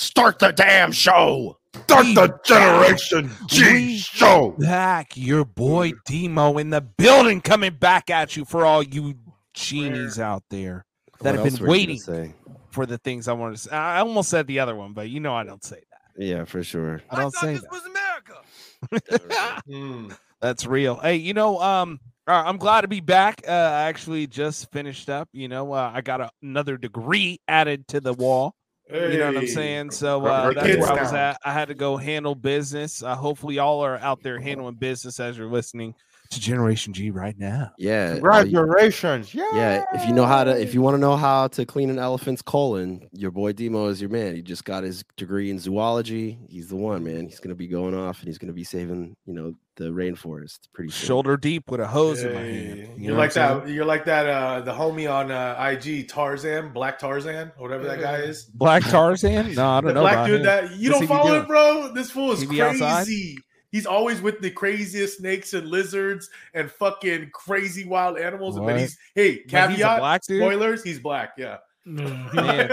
Start the damn show. Start We the back. Generation G We show. back. Your boy Demo in the building coming back at you for all you genies out there that What have else been were you gonna waiting Say? for the things I wanted to say. I almost said the other one, but you know I don't say that. Yeah, for sure. I don't say that. was America. That's real. Hey, you know, um, all right, I'm glad to be back. Uh, I actually just finished up. You know, uh, I got a, another degree added to the wall. You know what I'm saying? So Her- uh, her that's where I kids was now. at. I had to go handle business. Uh, hopefully, y'all are out there handling business as you're listening to Generation G right now. Yeah. all you- Congratulations. Yeah. Yeah, if you know how to, if you want to know how to clean an elephant's colon, your boy Demo is your man. He just got his degree in zoology. He's the one, man. He's gonna be going off and he's gonna be saving, you know, the rainforest pretty soon. Shoulder deep with a hose in my hand. Hey, You You're know like what I'm saying? that. You're like that. Uh, the homie on uh, IG, Tarzan, Black Tarzan, or whatever that guy is. Black Tarzan? No, I don't The know. black about dude him. that you What's he don't be follow doing? it, bro. This fool is He be outside? crazy. He's always with the craziest snakes and lizards and fucking crazy wild animals. What? But he's But he's hey a caveat black dude. spoilers. He's black. Yeah, Man,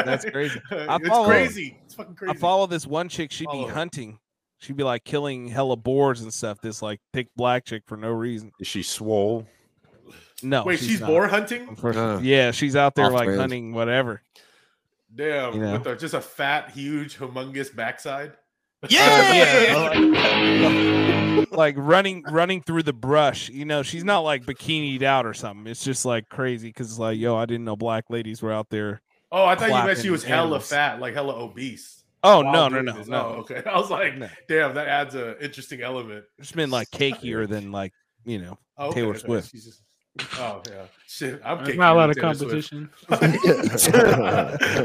that's crazy. I it's follow him. crazy. It's fucking crazy. I follow this one chick. She'd Follow be her. hunting. She'd be like killing hella boars and stuff. This like thick black chick for no reason. Is she swole? No, Wait, she's, not. boar hunting. Unfortunately. Uh, yeah, she's out there off like brand. hunting whatever. Damn, You know. with a, just a fat, huge, humongous backside. like running, running through the brush. You know, she's not like bikinied out or something. It's just like crazy because like, yo, I didn't know black ladies were out there. Oh, I thought you meant she Clapping was hella animals. fat, like hella obese. Oh Wild no, no, dude no, is- no. Oh, okay. I was like, No. damn, that adds an interesting element. It's been like cakier than like you know. Oh, okay, Taylor okay. Swift. She's just- oh yeah, shit. I'm There's kicking not a you, lot of Taylor Swift. competition.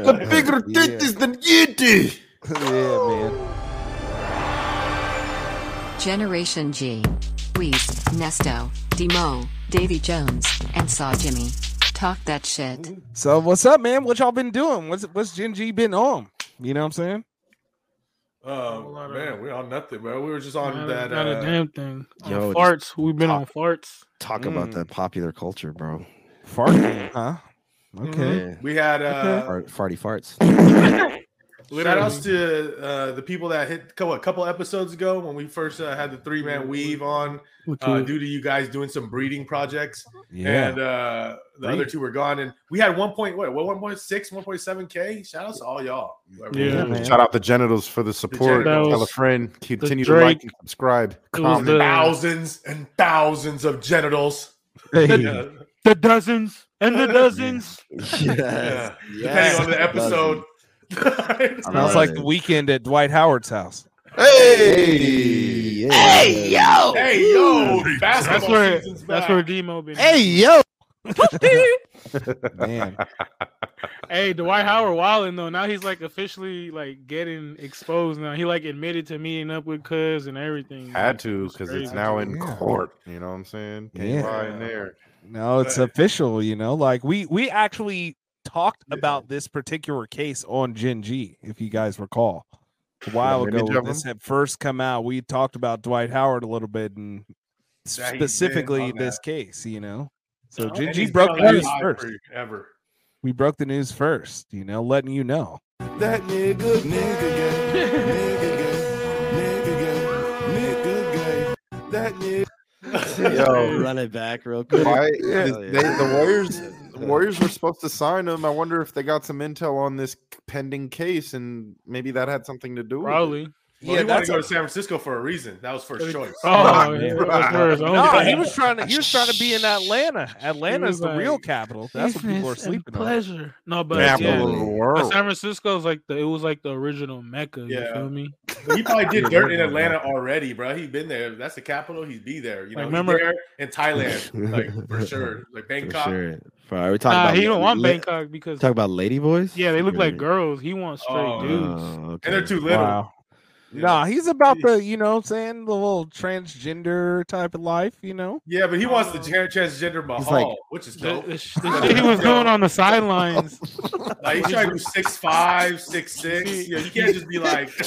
The Bigger Yeah. dentist than you do. yeah, man. Generation G. Weez, Nesto, Demo, Davy Jones, and Saw Jimmy. Talk that shit. So what's up, man? What y'all been doing? What's what's Gen G been on? You know what I'm saying? Oh lot of- man, we're on nothing, bro. We were just on Not, that. a, not a uh, damn thing. On Yo, just farts. We've been on farts. Talk about Mm. that popular culture, bro. Farting, Mm-hmm. huh? Okay. Yeah. we had uh, Fart, farty farts. Shout outs to uh, the people that hit co- a couple episodes ago when we first uh, had the three man weave on Look uh, at- due to you guys doing some breeding projects. Yeah. And uh, the other Breeding. two were gone. And we had 1. Point, what, 1.6, 1.7K? Shout outs to all y'all. Whoever- Yeah, man. Shout out the genitals for the support. genitals. Tell a friend. Continue to Drake. like and subscribe. was Comment. the- Thousands and thousands of genitals. Yeah. the dozens and the dozens. yes. Yeah. Depending on the episode. Sounds like the weekend at Dwight Howard's house. Hey. Hey, yo. hey, yo, That's basketball where season's that's back. where Demo been. yo. Man, Hey, Dwight Howard Wallen though. Now he's like officially like getting exposed. Now he like admitted to meeting up with Cuz and everything. Had to because it's Crazy. now in Yeah. court. You know what I'm saying? Yeah. Can't lie in there. no, it's But- official. You know, like we we actually talked about this particular case on Gen G, if you guys recall, a while image ago. of When this had first come out, we talked about Dwight Howard a little bit and Yeah, he's been specifically on that. this case. You know, so And Gen G he's broke been the on news that first. forever. We broke the news first. You know, letting you know. That nigga, nigga, That nigga. Yo. Run it back real quick. Why Yeah. is- they, the Warriors? the Warriors were supposed to sign him. I wonder if they got some intel on this pending case, and maybe that had something to do. Probably. Well, he wanted to go to San Francisco for a reason. That was first choice. Oh, Right. yeah, that's where his own No, he thing. was trying to. He was trying to be in Atlanta. Atlanta's the real like, capital. That's what people are Business and sleeping on. pleasure. No, With but it. yeah, Capital of the but world. San Francisco's like the it was like the original mecca. You Yeah. feel me? He probably did dirt in Atlanta already, bro. He's been there. That's the capital. He'd be there. You know, Like, He's remember- there in Thailand, like for sure, like For Bangkok. sure. Bro, are we talking Nah, about he don't la- want la- Bangkok because Talk about lady boys? yeah, they look like Right. girls. He wants straight Oh, dudes. Oh, okay. And they're too little. Wow. Nah, he's about the, you know, what I'm saying the little transgender type of life, you know. Yeah, but he wants the gen- transgender Mahal, like- which is The, dope. the sh- the shit he was doing on the sidelines. Like he's trying to do six five, six six. Yeah, you can't just be like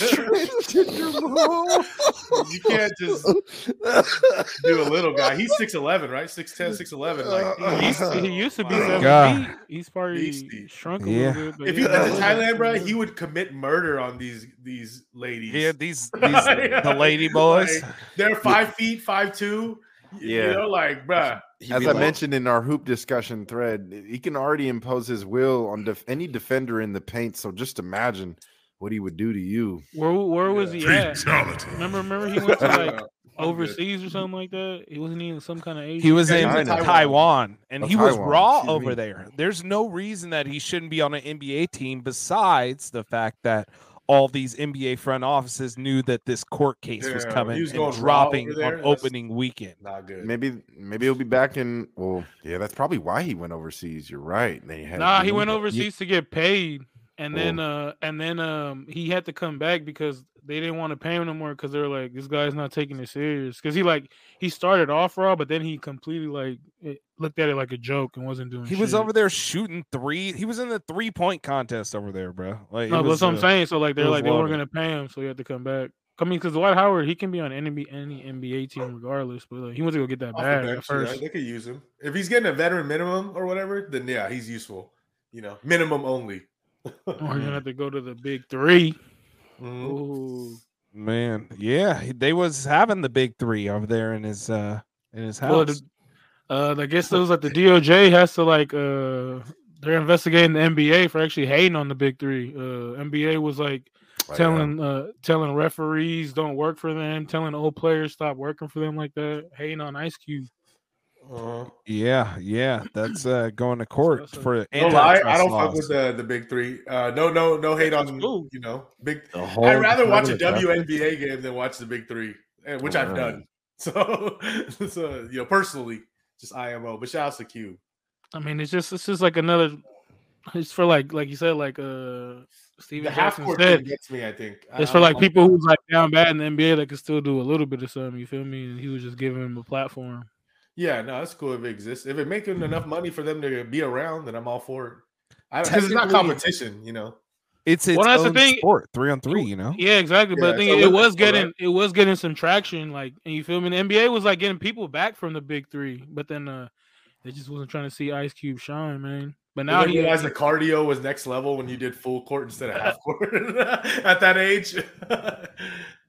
you can't just do a little guy. He's six eleven, right? Six ten, six eleven. Like He used, to- he used to be Wow. seven God. feet. He's probably Beastie. shrunk a Yeah. little bit. But if he yeah, went to that Thailand, was- bro, he would commit murder on these these ladies. Yeah, these these the lady boys. Like, they're five feet, five two. Yeah. you know, like, bruh. As I mentioned in our hoop discussion thread, he can already impose his will on def- any defender in the paint. So just imagine what he would do to you. Where where was he at? Fatality. Remember remember he went to I'm like good. overseas or something like that. He wasn't even some kind of Asian. He was in Yeah, Taiwan, he's in Taiwan. and Oh, he was Taiwan. raw Excuse me. over there. There's no reason that he shouldn't be on an NBA team besides the fact that all these NBA front offices knew that this court case was Yeah, coming he was and going raw dropping over there. on That's- opening weekend. Not good. Maybe maybe he'll be back in. Well, yeah, that's probably why he went overseas. You're right. They had Nah, he went over. overseas to get paid, and then Oh. uh, and then um, he had to come back because they didn't want to pay him no more because they were like, this guy's not taking it serious. Because he like he started off raw, but then he completely like it, looked at it like a joke and wasn't doing. He was Oh, shit. over there shooting three. He was in the three point contest over there, bro. Like, it No, but was, that's what I'm uh, saying. So like it they're was like they weren't wild. gonna pay him, so he had to come back. I mean, because Dwight Howard, he can be on NBA, any NBA team regardless, but like, he wants to go get that Off the bag at bench, yeah, first. they could use him if he's getting a veteran minimum or whatever. Then yeah, he's useful. You know, minimum only. Or you're gonna have to go to the big three. Mhm. Ooh. Man, yeah, he- they was having the big three over there in his uh in his house. Well, the- Uh, I guess those like the DOJ has to like uh they're investigating the NBA for actually hating on the big three. Uh, NBA was like telling uh telling referees don't work for them, telling old players stop working for them like that, hating on Ice Cube. Uh-huh. yeah, yeah, that's uh going to court That's a- for No lie, I antitrust don't fuck laws. with the, the big three. Uh, no, no, no hate on cool. you know big. The whole I'd rather watch a tournament, WNBA game than watch the big three, eh, which I've Alright. done. So, so you know, personally, just IMO. But shout out to Q. I mean, it's just it's just like another. It's for like like you said like uh The Steven half Jackson court said. thing gets me. I think I- It's for I'm- like I'm- people who's like down bad in the NBA that can still do a little bit of something. You feel me? And he was just giving him a platform. Yeah, no, that's cool if it exists. If it making enough money for them to be around, then I'm all for it. Because it's not Technically- competition, you know. It's its Well, that's the own thing. sport, three on three. You Oh. know, Yeah, exactly. Yeah, But I it's think a it little was bit more, right? getting it was getting some traction, like and you feel me? The NBA was like getting people back from the big three, but then uh they just wasn't trying to see Ice Cube shine, man. But now Now he you realize the cardio was next level when you did full court instead of half court at that age. it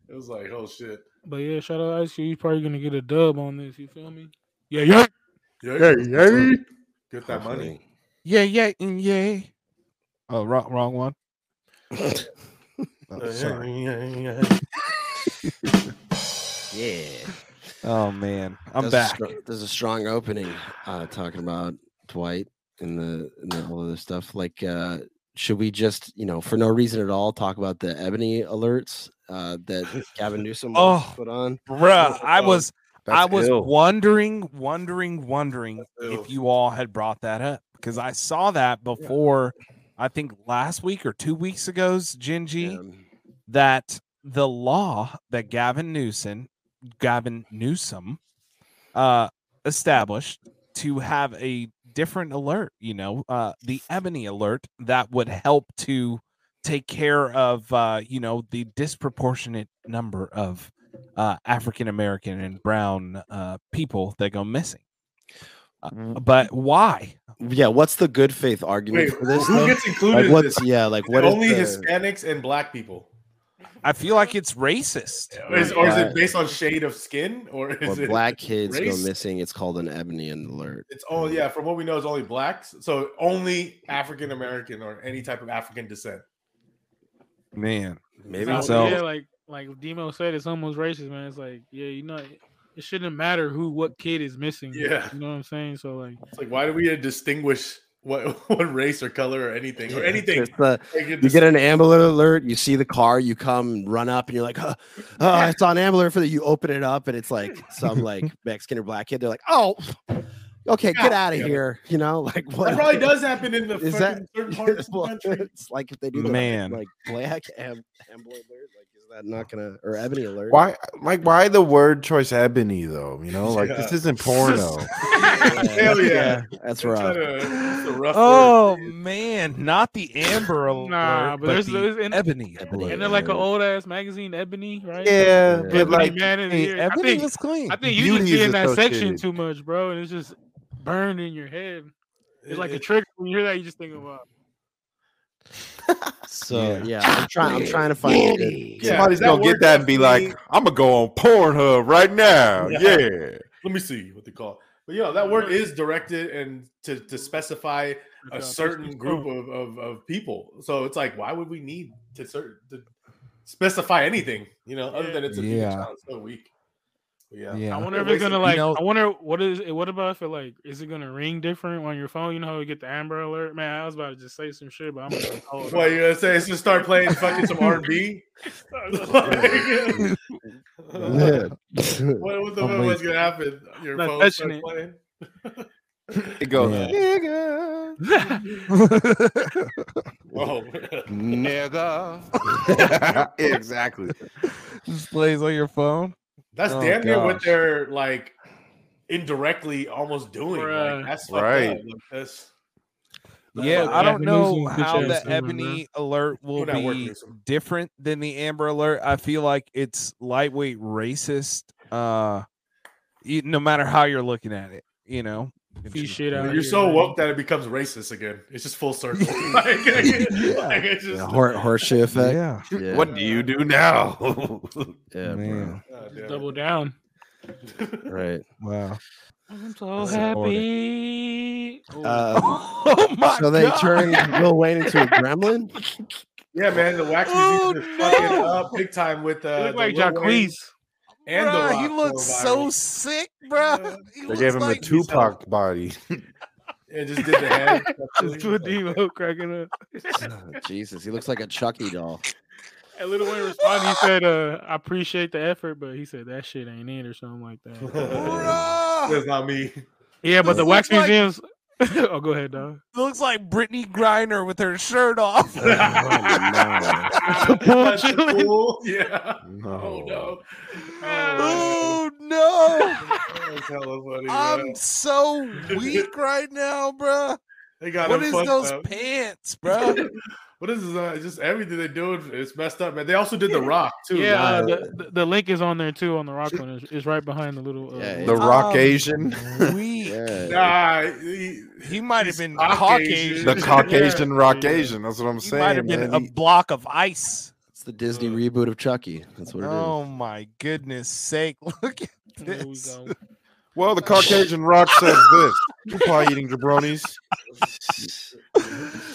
was like, oh shit. but yeah, shout out Ice Cube. He's probably gonna get a dub on this, you feel me? Yeah, yeah. Yeah, yeah. Get that money. hopefully. yeah, yeah, and yeah. Oh, wrong, wrong one. Oh, sorry. Yeah. Oh man, I'm There's a back. str- there's a strong opening uh, talking about Dwight and the and the, all of this stuff. Like, uh, should we just, you know, for no reason at all, talk about the ebony alerts uh, that Gavin Newsom was Oh. put on? Bruh, I Oh, was I That's was ill. wondering, wondering, wondering That's ill. if you all had brought that up because I saw that before. I think last week or two weeks ago's Gingy Um, that the law that Gavin Newsom, Gavin Newsom, uh, established to have a different alert, you know, uh, the ebony alert that would help to take care of, uh, you know, the disproportionate number of uh, African American and brown uh, people that go missing. Uh, but why? yeah, what's the good faith argument Wait, for this? who though? gets included Like, in this? what's yeah, like what is Only the- Hispanics and black people. I feel like it's racist. Or is, or is Right. it based on shade of skin? Or is when it black kids race? go missing? It's called an ebony alert. It's all yeah, from what we know, it's only blacks. So only African American or any type of African descent. Man, Maybe Sounds it's So- yeah, like like Demo said, it's almost racist, man. It's like, yeah, you know, it shouldn't matter who what kid is missing. Yeah. You know what I'm saying? So like It's like why do we distinguish what what race or color or anything or anything? it's the- Like, it you just- get an ambulance alert. You see the car. You come, run up, and you're like, "Huh, "Oh, it's on ambulance for the." You open it up, and it's like some like Mexican or black kid. They're like, "Oh, okay, Yeah. get out of here. You know, like what? That probably does happen in the Is fucking certain part of Well, the country. it's like if they do the Man. like black am- amber alert, like is that not gonna or ebony alert? Why, like, why the word choice ebony though? You know, like this isn't porno. Hell yeah. That's That's right. a- that's a rough Oh word. man, not the amber alert, Nah, but but, there's- the there's an- ebony. Ebony. alert. And they're like an old ass magazine, Ebony, right? Yeah, Yeah. but Ebony like, man of the hey, year. I Ebony think was clean. I think you just Beauty be is in that section associated. too much, bro, and it's just burned in your head. It's like a trick when you hear that, you just think about. So Yeah. yeah, I'm trying. I'm trying to find. a good- Yeah, somebody's is that gonna word get that and be definitely- like, "I'm gonna go on Pornhub right now." Yeah. Yeah, Let me see what they call it. But yeah, that word is directed and to, to specify a certain group of, of, of people. So it's like, why would we need to, cer- to specify anything, you know, other than it's a Yeah. yeah. sounds so weak. But yeah. Yeah. I They're wonder if it's wasting- gonna like. know- I wonder what is it. What about if it like is it gonna ring different on your phone? You know how you get the Amber Alert, man. I was about to just say some shit, but I'm oh, gonna hold What on. you gonna say? It's just start playing fucking some R and B. What what the Oh, fuck wait. was gonna happen? Your Not phone touching starts it. playing. it goes. Yeah. "Nigga." Whoa! Nigga. exactly. Just plays on your phone. That's Oh, damn near what gosh. they're like indirectly almost doing. Bruh. Like, that's fucked Right. up. Like, that's- that's Yeah, fucked I up. don't know Japanese and bitch how the ass women, bro. ebony alert will You're not working be this one. different than the amber alert. I feel like it's lightweight racist. Uh, e- no matter how you're looking at it, you know. Feed shit out You're here, so man. woke that it becomes racist again. It's just full circle. like, like, it's just, The hor- horseshoe effect. Yeah. Yeah, What do you do now? yeah, bro. Man. God oh, damn Just it. double down. Right. Wow. I'm so That's in order. happy. Oh, Um, Oh my so they god. turned Lil Wayne into a gremlin. Yeah, man, the wax Oh, museum is fucking no. up big time with you uh, look the like Lil Wayne Jacquees. and the Bruh, Rock he looks going so viral. sick, bro. They gave him a Tupac body. It just did the hand. Just put Devo cracking up. Oh, Jesus, he looks like a Chucky doll. And Little Wayne responded. He said, uh, "I appreciate the effort, but he said that shit ain't it or something like that." That's not me. Yeah, but the This wax is like- museums. oh, go ahead, dog. looks like Brittany Griner with her shirt off. The pool That's the chilling. pool. Yeah. No. Oh no. Oh, oh no. That's hella funny. I'm Um, man. so weak right now, bro. They got What him is fucked those up. pants, bro? What is this? Uh, just everything they do is messed up, man. They also did the Rock too. Yeah, uh, live. the, the- the link is on there too on the rock one. It's, it's right behind the little. Uh, Yeah, little- The Rock Um, Asian, Weak. Yeah. Nah, he- He might have He's basian. Caucasian. the Caucasian Yeah. Rock Asian. That's what I'm He saying. might have been man. a He- block of ice. It's the Disney reboot of Chucky. That's what it is. Oh my goodness sake! Look at there we this. go. well, the Caucasian Rock says this: "You probably eating jabronis."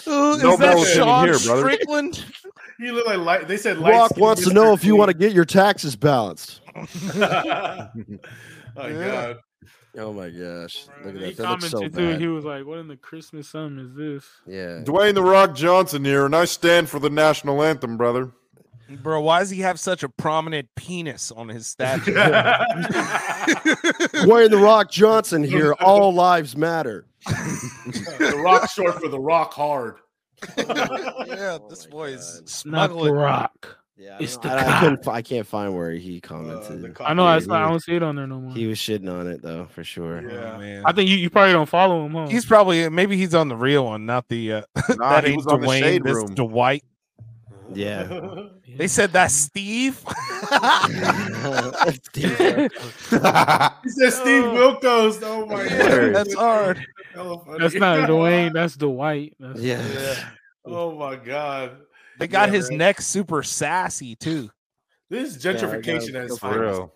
Ooh, is No that balls in Sean here, brother. Strickland? he looked like light. They said light. Rock wants to know if you want to get your taxes balanced. oh my Yeah. god! Oh my gosh. Look at he that. That looks commented so too. He bad. was like, "What in the Christmas sum is this?" Yeah. Dwayne the Rock Johnson here, and I stand for the national anthem, brother. Bro, why does he have such a prominent penis on his statue? Dwayne the Rock Johnson here. All lives matter. the Rock short for the Rock hard. yeah, Oh this my boy is God. Not the smuggling. rock. Yeah, It's I, the don't- I, I cock. couldn't. fi- I can't find where he the commented. cock. I know. I, he was- I don't see it on there no more. he was shitting on it though, for sure. Yeah. Oh, man. I think you, you probably don't follow him, huh? He's probably maybe he's on the real one, not the uh, Nah, that he ain't was on the Dwayne. shade This room. Dwight. Yeah. They said that's Steve. Damn. he said Steve Wilkos. Oh my god, that's hard. hella funny. That's not Dwayne. That's Dwight. That's yeah. Oh my god, They got Yeah, his right. neck super sassy too. This is Yeah, I gotta gentrification go as for fuck. real.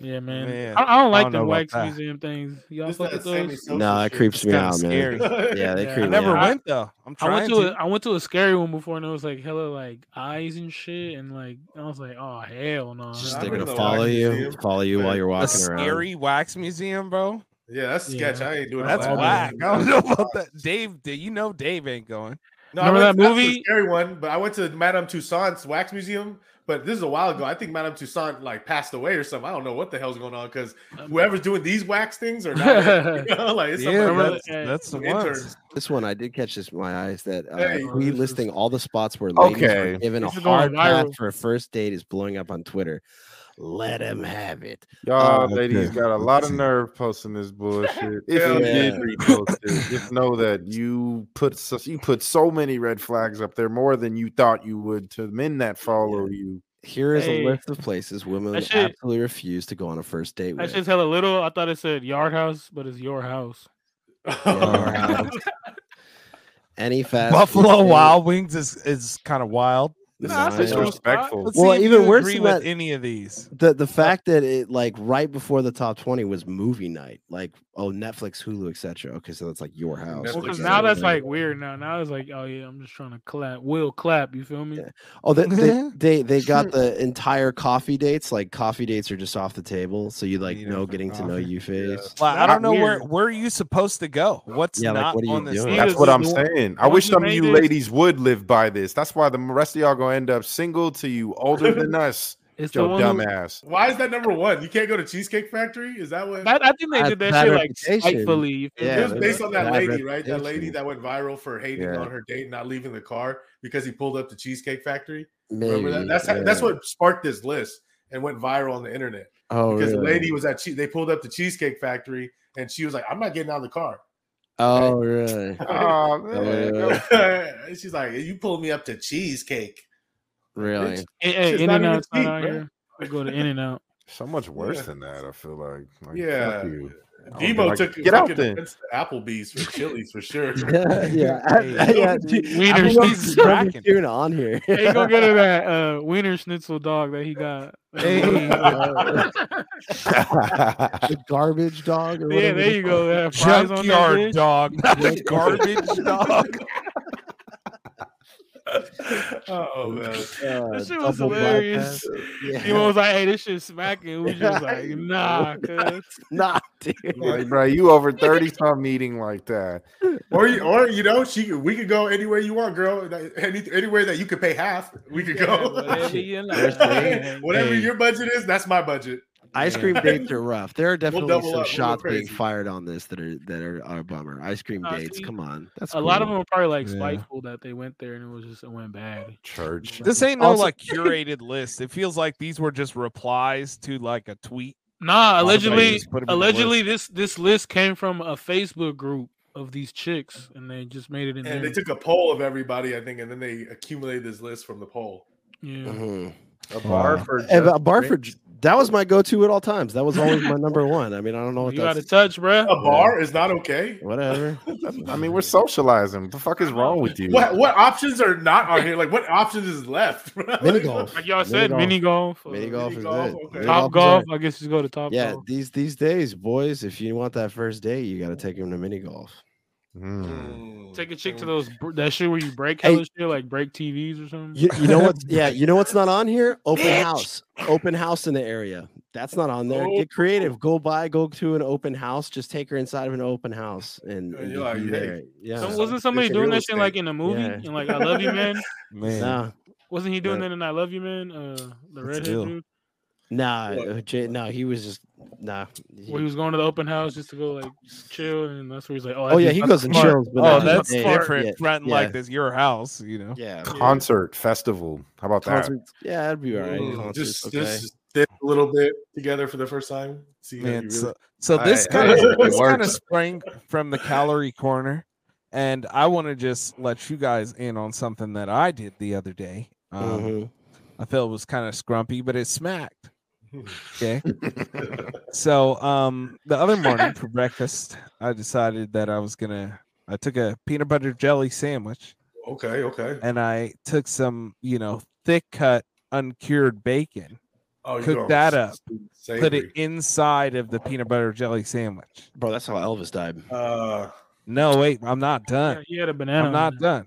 Yeah, man. Man, I, I don't like don't the know about wax that. museum things. Y'all This fuck with that Sammy those? Sosa No, it shit. creeps me kinda out, scary. man. Yeah, they Yeah, I creep I me never out. I- went though. I'm I trying went to. to a, I went to a scary one before and it was like hella like eyes and shit and like I was like oh hell no Just I've they're been gonna to the follow wax you, museum. follow you while you're a walking around. scary wax museum, bro. Yeah, that's sketch. Yeah. I ain't doing That's Wow. whack. that. I don't know about that. Dave, do you know Dave ain't going? No, Remember I went to- that that's a movie? scary one. But I went to Madame Tussauds wax museum. But this is a while ago. I think Madame Toussaint like passed away or something. I don't know what the hell's going on because whoever's doing these wax things or not, you know, like it's Yeah, something- that's, that's- that- that's the one. interns. This one I did catch this in my eyes that uh, Hey. relisting all the spots where ladies Okay. were given a This is going hard pass viral. for a first date is blowing up on Twitter. Let him have it. Y'all Oh, ladies okay. got a lot of nerve posting this bullshit. If Hell you yeah. did repost it, just know that you put so, you put so many red flags up there, more than you thought you would, to men that follow you. Here is Hey. a list of places women That shit- absolutely refuse to go on a first date That's with. just hella little. I thought it said yard house, but it's your house. Yeah. Any fast food Buffalo chain, Wild Wings is is kind of wild. Nah, nine- that's It's true. respectful. Let's Well, see if even you worse agree than with that- any of these. the the fact that it like right before the top 20 was movie night like oh netflix hulu etc okay so that's like your house Netflix Because Netflix now is that's like weird. Now, now it's like, oh yeah, I'm just trying to clap. Will clap. You feel me? Yeah. oh they, Yeah. they, they they got the entire coffee dates like coffee dates are just off the table so you like Need 'em know for getting to know coffee. you face Like, I Not don't know where weird. where are you supposed to go. What's Yeah, like, not what are you on this? doing? list? That's is what the I'm one- saying. I one wish who some of you made it- ladies would live by this. That's why the rest of y'all gonna end up single to you, older than us. It's Yo, the one. who- dumbass. Why is that number one? You can't go to Cheesecake Factory? Is that what? That, I think they Bad- did that bad shit like reputation. spitefully. you feel me? Yeah, it was but based on that bad lady, right? That lady reputation. that went viral for hating Yeah. on her date, not leaving the car because he pulled up to Cheesecake Factory. Maybe, Remember that? That's yeah. that's what sparked this list and went viral on the internet oh because the really? lady was at. Che- they pulled up to Cheesecake Factory and she was like, "I'm not getting out of the car." oh really Oh, man. yeah. Go She's like, "You pulled me up to Cheesecake." really Hey, hey, Shit's in not and even out. cheap, bro. Go to in and out. So much worse Yeah. than that. I feel like. like Yeah. fuck you. I don't Debo like- took get out fucking there. offense to Applebee's for Chili's for sure. yeah, yeah, Hey, yeah. Wiener I'm schnitzel. cracking. cheering on here. Hey, go get her that uh, wiener schnitzel dog that he got. Hey, yeah, Uh, the garbage dog. Or whatever there the you fuck- go. That fries on that Junkyard bitch. dog, not a garbage dog. oh man. Uh, That shit was double black hilarious. pepper. He Yeah. was like, "Hey, this shit smacking." We just like, "Nah, cuz." Nah, dude. Like, bro, you over 30 something eating like that. Or you, or you know, she we could go anywhere you want, girl. Like, Any anywhere that you could pay half, we could Yeah, go. whatever you There's like. Whatever Hey. your budget is, that's my budget. Ice Yeah. cream dates are rough. There are definitely double some up. We'll go shots being crazy. fired on this that are that are, are a bummer. Ice cream Nah, dates, see, come on. That's A lot of them cool. were probably like Yeah. spiteful that they went there and it was just it went bad. Church. This ain't no Also- like curated list. It feels like these were just replies to like a tweet. Nah, Somebody allegedly, just put 'em in the allegedly, this this list came from a Facebook group of these chicks, and they just made it in And they there. took a poll of everybody, I think, and then they accumulated this list from the poll. Yeah, Mhm. A Wow. for And, just uh, Barford, that was my go-to at all times. That was always my number one. I mean, I don't know you what got to that's. touch, bruh. A bar is not okay. Whatever. I mean, we're socializing. What the fuck is wrong with you? What what options are not on here? Like what options is left? Mini golf. Like y'all said, mini golf, uh, Mini golf is golf, good. okay. Mini golf is top golf. right. I guess you go to top Yeah, golf. these these days, boys, if you want that first date, you got to take them to mini golf. Mm. Hmm. Mm. Take a chick to those br- that shit where you break Hey. hella shit, like break TVs or something. You, you know what's yeah, you know what's not on here? Open house. Open house in the area. That's not on there. Get Oh. creative. Go by, go to an open house. Just take her inside of an open house and, Yeah, and just you're like, be hey, there. Yeah. Some- it's wasn't like- somebody it's doing real that shit like estate. in a movie? Yeah. And like I love you, man. Man, Nah, Wasn't he doing Yeah. that in I love you, man? Uh, the That's redhead ill. dude. nah, Look. uh, Jay, no, he was just nah. he- Where he was going to the open house just to go like just chill, and that's where he's like, oh, oh that yeah, he dude- goes and smart. chills, but oh, not that's yeah, different. yeah, Front yeah, like this, your house, you know. Yeah, Concert, festival. How about that? concerts. Yeah, that'd be all right. Mm, Concerts, just okay. just dip a little bit together for the first time. See, how you Man, really- so, so I- this I- kind of it this kind of works. sprang from the calorie corner, and I want to just let you guys in on something that I did the other day. Um, uh-huh. Mhm. I felt it was kind of scrumpy, but it smacked. Okay. so um the other morning for breakfast, I decided that I was gonna I took a peanut butter jelly sandwich okay, okay. and I took some, you know, thick cut uncured bacon, Oh, you cook go that s- savory. put it inside of the peanut butter jelly sandwich. Bro, that's how Elvis died. Uh, No, wait, I'm not Yeah, done. he had a banana. I'm on not there. done.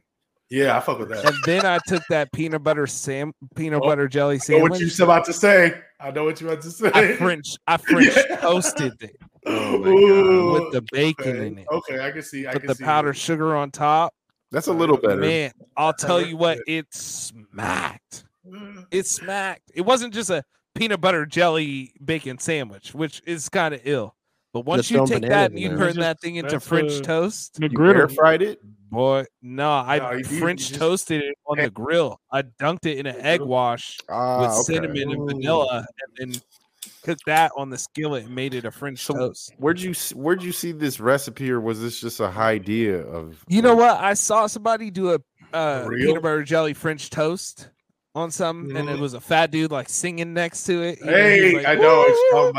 yeah, I fuck with that. And then I took that peanut butter sam peanut Oh, butter jelly I know what you sandwich. was about to say. I know what you about to say. I French I French toasted it oh my God. with the bacon okay. in it. Okay, Oh, I can see. I put can the see powdered it. sugar on top, That's a little better. Man, I'll tell you what, it smacked. Uh, It smacked. It wasn't just a peanut butter jelly bacon sandwich, which is kind of ill. But once you throwing take bananas that in and you there. turn Just- that thing into that's French a- toast, The You air griddle. fried it? boy, no, I No, you- you French just- toasted it on the grill. I dunked it in an egg wash Ah, with okay. cinnamon and vanilla, and then cooked that on the skillet and made it a French So- toast. Where'd you s- where'd you see this recipe, or was this just a idea of? You know what? I saw somebody do a uh, For real? peanut butter jelly French toast on something, and it Mhm. was a fat dude like singing next to it. you know, he was Hey, like, I know what you're "Woo!" talking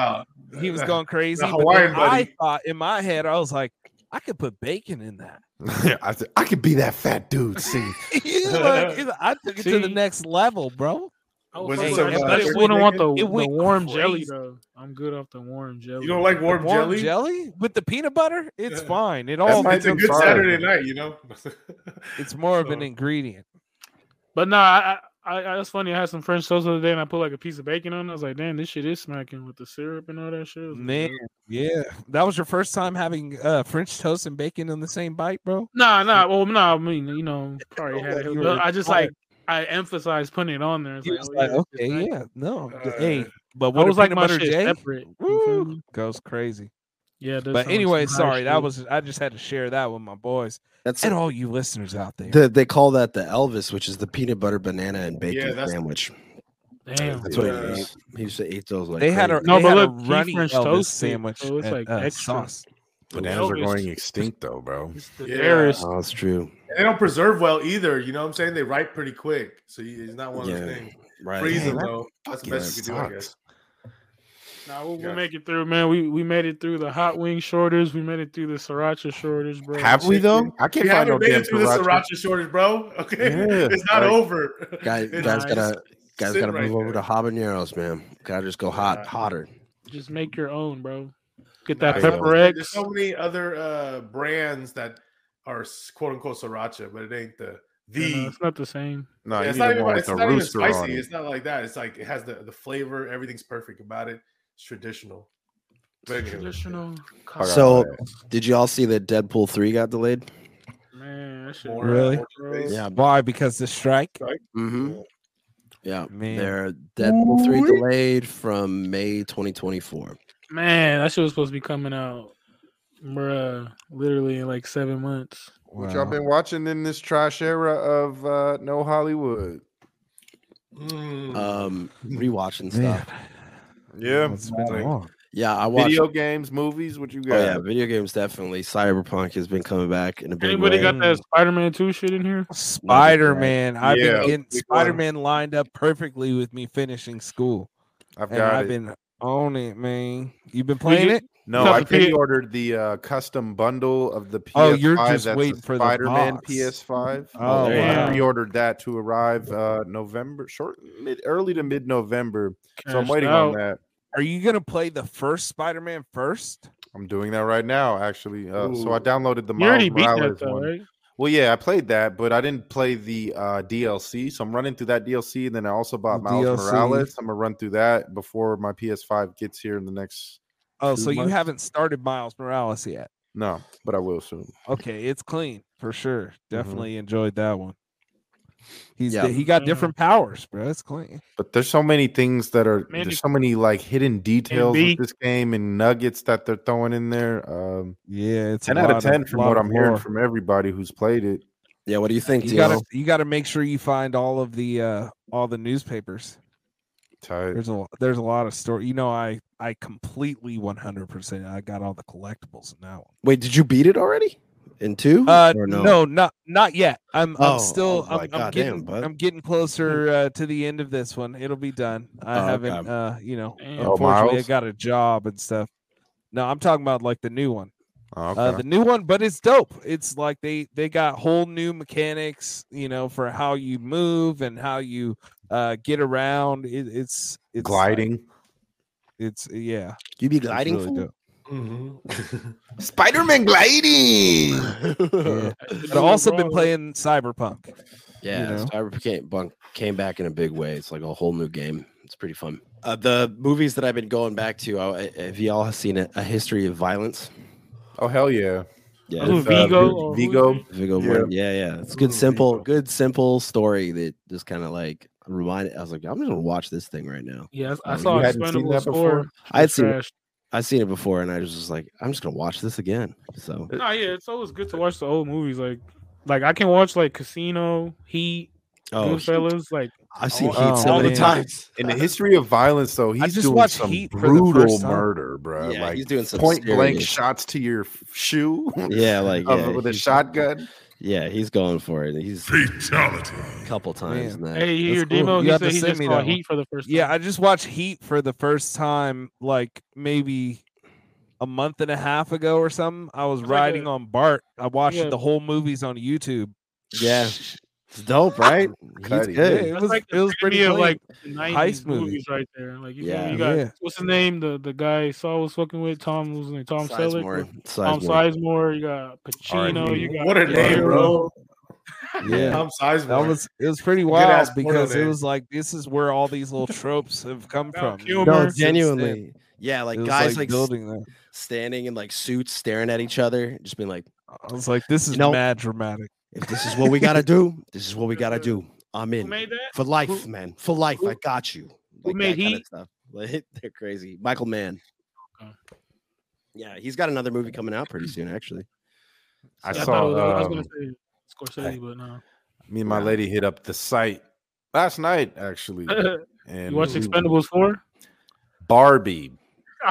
about. He was going crazy. but Hawaiian then I buddy. thought in my head, I was like, I could put bacon in that. I, said, I could be that fat dude. See, He's like- he's like, I took it to the See? next level, bro. I it Was was fucking some, with uh, that, but it I wouldn't want the, it the went warm jelly crazy. though. I'm good off the warm jelly. You don't like warm, Warm jelly? jelly? with the peanut butter, it's Yeah. fine. Oh It That all might It's a I'm good sorry. Saturday night, you know. it's more of an So- ingredient. But no, I, I, I that's funny. I had some French toast the other day, and I put like a piece of bacon on. it. I was like, damn, this shit is smacking with the syrup and all that shit. I was like, Man, yeah. That was your first time having uh, French toast and bacon in the same bite, bro. Nah, nah. Well, nah. I mean, you know, probably had You it. were But I just tired. like I emphasized putting it on there. It's He was oh, like, yeah, it's okay, nice. yeah, no, th- Uh, hey, but I what was was like like my butter shit J separate. you feel Woo, me? goes crazy. Yeah, it does sound But like anyway, some high sorry, that shit. was I just had to share that with my boys That's and all you listeners out there. the, they call that the Elvis, which is the peanut butter banana and Yeah, bacon that's- sandwich. damn. That's what Yeah. he ate. He used to eat those like they had a crazy. No, they but had look, a he runny French Elvis toasted, sandwich so it's and, like uh, extra. sauce. bananas are Elvis. going extinct, though, bro. It's the Yeah. rarest. Oh, that's true. And they don't preserve well either. You know what I'm saying? They ripe pretty quick, so you, it's not one of Yeah. those things. Right. Freeze Dang, them that though. That's the fucking best you can do, I sucks. guess. Nah, we'll, Yeah. we'll make it through, man. We we made it through the hot wing shorters. We made it through the sriracha shorters, bro. Have we though? I can't find We haven't no made damn it through the sriracha. sriracha shortage, bro. Okay, Yeah, it's not like- over. Guy, It's guys nice. gotta guys Sit gotta right move over there. to habaneros, man. Gotta just go hot, hotter. Just make your own, bro. Get that Nice. pepper There's X. so many other uh, brands that are s- quote unquote sriracha, but it ain't the the. No, uh, it's not the same. No, Yeah, Uh, you it's need not the even, one it's with the not even rooster spicy. on it. It's not like that. It's like it has the, the flavor. Everything's perfect about it. It's traditional. But anyway, Traditional. Fuck collard. So- all Did you all see that Deadpool three got delayed? man, that shit more, uh, Really? more taste. Yeah. Why? Because the strike. Mm-hmm. Yeah, Man. they're Deadpool three delayed from May 2024. Man, that shit was supposed to be coming out, bruh, literally in like seven months. What y'all been watching in this trash era of uh, no Hollywood? Mm. Um, Man, rewatching stuff. Yeah, it's been like long. Yeah, I Mm-hmm. watched. video games, movies. What you oh yeah, got? video games definitely. Cyberpunk has been coming back in a big Anybody way. got that Spider Man 2 shit in here? Spider Man. I've Yeah, been getting big one. Spider Man lined up perfectly with me finishing school. I've And got I've it. been on it, man. You've been playing you- it? No, Not I the P- pre-ordered the uh, custom bundle of the PS5. Oh, you're just that's waiting for the Spider-Man box. PS5. Oh, I wow. pre-ordered that to arrive uh, November, short, mid, early to mid-November. So I'm Cashed waiting out. on that. Are you gonna play the first Spider Man first? I'm doing that right now, actually. Uh, so I Ooh. downloaded the You already Miles beat that, Morales though, one. right? Well, yeah, I played that, but I didn't play the uh, DLC. So I'm running through that DLC, and then I also bought The Miles DLC. Morales. I'm gonna run through that before my PS5 gets here in the next. Oh, Two so you months. haven't started Miles Morales yet. No, but I will soon. Okay, it's clean for sure. Definitely enjoyed that one. He's Yeah. he Mm. got Yeah. different powers, bro. It's clean. But there's so many things that are Maybe- there's so many like hidden details Maybe. with this game and nuggets that they're throwing in there. Um, Yeah, it's a ten out of lot ten from lot what of I'm hearing lore. from everybody who's played it. Yeah, what do you think, You Dio? gotta you gotta make sure you find all of the uh all the newspapers. Tight. There's a lo- there's a lot of story. You know, I I completely 100. percent I got all the collectibles in that one. Wait, did you beat it already? In two? Uh, Or no? not not yet. I'm Oh, I'm still oh, I'm, like, I'm goddamn, getting bud. Hmm. I'm getting closer uh, to the end of this one. It'll be done. I Oh, haven't okay. uh you know Damn. Oh, unfortunately I Miles? got a job and stuff. No, I'm talking about like the new one. Oh, Uh, okay. the new one, but it's dope. It's like they they got whole new mechanics, you know, for how you move and how you uh get around. It, it's it's Gliding. It's yeah. You be it's gliding? really dope. Mhm. Spider-Man gliding. Yeah. That's But I've also been wrong. playing Cyberpunk. Yeah, you know? Cyberpunk came back in a big way. It's like a whole new game. It's pretty fun. Uh, the movies that I've been going back to, I, I- have y'all seen a, a History of Violence? Oh hell yeah. Yeah, Who, it's, uh, Vigo? or who is Vigo. it? Viggo Yeah. Mortensen. Yeah, yeah. It's a good, Ooh, simple, Viggo. good, simple story that just kind of like reminded. I was like, I'm just gonna watch this thing right now. Yeah, I, I You saw hadn't seen Expendable that before? score. I had seen, Trash. I seen it before, and I was just like, I'm just gonna watch this again. So Nah, yeah, it's always good to watch the old movies. Like, like I can watch like Casino, Heat, Oh, Goodfellas. Like, I've seen Oh, Heat so oh, many man. times. In the history of violence, though, he's just doing watched some Heat for the brutal first time. murder, bro. Yeah, like he's doing some point blank serious- shots to your f- shoe Yeah, like of- yeah, with a he's- shotgun. Yeah, he's going for it. He's fatality a couple times. in that. hey, that's you hear cool. Demo? You He have to said he send just me saw that one. Heat for the first time. Yeah, I just watched Heat for the first time, like maybe a month and a half ago or something. I was It's like riding a- on BART. I watched Yeah. the whole movies on YouTube. Yeah, it's dope, right? he's Cutty. good. Yeah, it That's was like it was pretty of, clean. like the 90s heist movie. movies right there. Like, you Yeah. yeah, you got Yeah. what's his name? The the guy Saul was fucking with Tom what was his name? Tom Selleck. Sizemore. Tom Sizemore. Sizemore. You got Pacino. You got What a name, bro. Yeah. Tom Sizemore. that was it was pretty wild Good-ass porno because it name. was like this is where all these little tropes have come Val from. Kilmer. No, Since genuinely. Yeah, like It was, guys like, s- building that. standing in like suits, staring at each other, just being like, I was like, this is know- mad dramatic. "If this is what we gotta do, this is what we gotta do. I'm Who in made that? for life, Who- man. For life, who- I got you." who Like made that kinda Heat? stuff. Like, they're crazy. Michael Mann. Okay. Yeah, he's got another movie coming out pretty soon, actually. I Yeah, thought saw. it was- I was gonna um, say Scorsese, but no. me and my Yeah. lady hit up the site last night, actually. And you watch we- Expendables four? Barbie.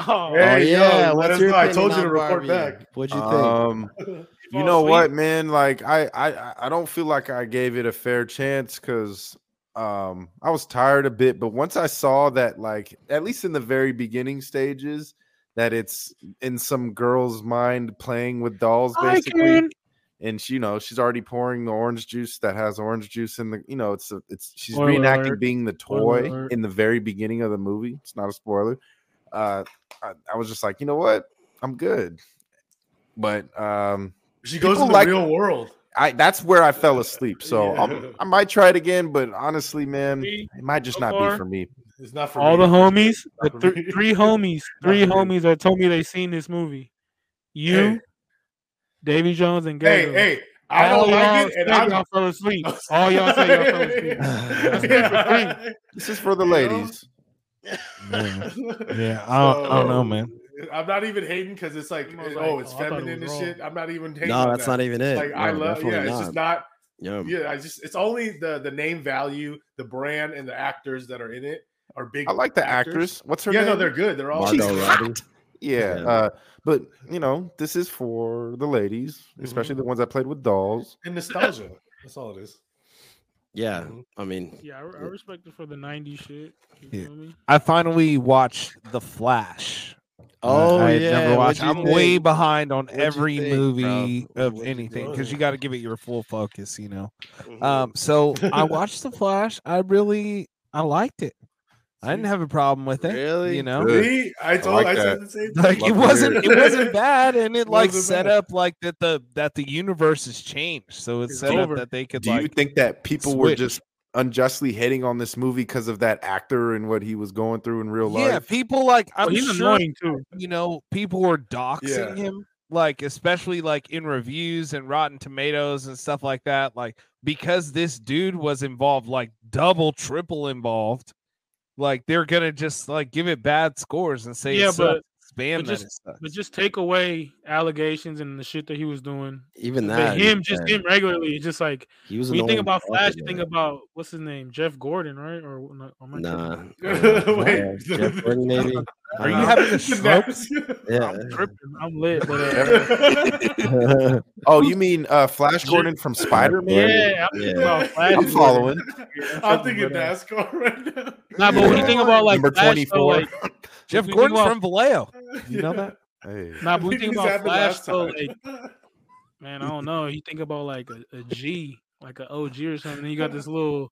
Oh, Hey, yo, let what's us your know. I opinion told you on to report Barbie? back. What'd Uh, you think? Um, you fall know asleep? what, man? Like I, I, I- I don't feel like I gave it a fair chance because um I was tired a bit. But once I saw that, like at least in the very beginning stages, that it's in some girl's mind playing with dolls, I basically. can. and she, you know she's already pouring the orange juice that has orange juice in the you know it's a, it's she's Spoiler reenacting alert. being the Spoiler toy alert. in the very beginning of the movie it's not a spoiler uh I, I was just like you know what i'm good but um She goes People in the like- real world. i that's where i fell asleep so Yeah. I'm, i might try it again but honestly man it See? might just so not be far, for me It's not for all me. the homies, the Not for thr- me. three homies, Not three for me. homies that told me they seen this movie. You, Hey. Davy Jones, and Gato. Hey, hey, I All don't y'all like it, and said I'm y'all fell asleep. All y'all say y'all fell asleep. Yeah. this is for the You know? ladies Yeah. Yeah, I don't- I don't know, man. I'm not even hating because it's like, I was oh, like, it's oh, I thought it feminine was and shit. I'm not even hating. no, on that's that. not even it. Like I No, love, yeah, definitely it's just not. Yeah. Yeah, I just it's only the the name value, the brand, and the actors that are in it are big. i like the actors. actress what's her yeah, name no, they're good. They're all She's Margot Robbie. yeah, Yeah. uh but you know this is for the ladies especially the ones that played with dolls and nostalgia. That's all it is. Yeah, Mhm. I mean, Yeah, I, re- I respect it for the '90s shit. You Yeah. feel me? I finally watched The Flash. oh I had yeah, never watched. what'd you I'm way think? behind on What'd you every think, bro? movie of What'd you anything think? because you got to give it your full focus, you know. Mm-hmm. Um, so I watched The Flash. I really I liked it. I didn't have a problem with it. Really? You know, Good. See, I told like I that. said the same thing. like it Love to wasn't hear it it. wasn't bad, and it like Wasn't set bad. up like that the that the universe has changed, so it's It's set over. up that they could Do like you think that people were switch. just unjustly hating on this movie because of that actor and what he was going through in real yeah, life? people like I'm Well, he's sure annoying too. you know, people were doxing Yeah. him, like especially like in reviews and Rotten Tomatoes and stuff like that. Like because this dude was involved, like double, triple involved, like they're gonna just like give it bad scores and say, Yeah, yeah, but but spam that just- it sucks. But just take away allegations and the shit that he was doing. Even that. But him, just man, him regularly, it's just like He was when you annoying think as about fuck Flash, again. think about what's his name, Jeff Gordon, right? Or, or am I tripping? Nah. Wait. Uh, Jeff Gordon, maybe? I Are you don't having a stroke? I'm tripping. I'm lit. But, uh, Yeah. Oh, you mean uh, Flash Gordon from Spider Man? yeah, I'm thinking about Flash. I'm following. I'm thinking NASCAR right now. Nah, but when you think about like Number Flash, 24. Though, like, Jeff we think Gordon about- from Vallejo. You know Yeah. that? Hey. nah, but when you This think about happened Flash, last though, time. like, man, I don't know. You think about like a, a G, like an OG or something. Then you got this little.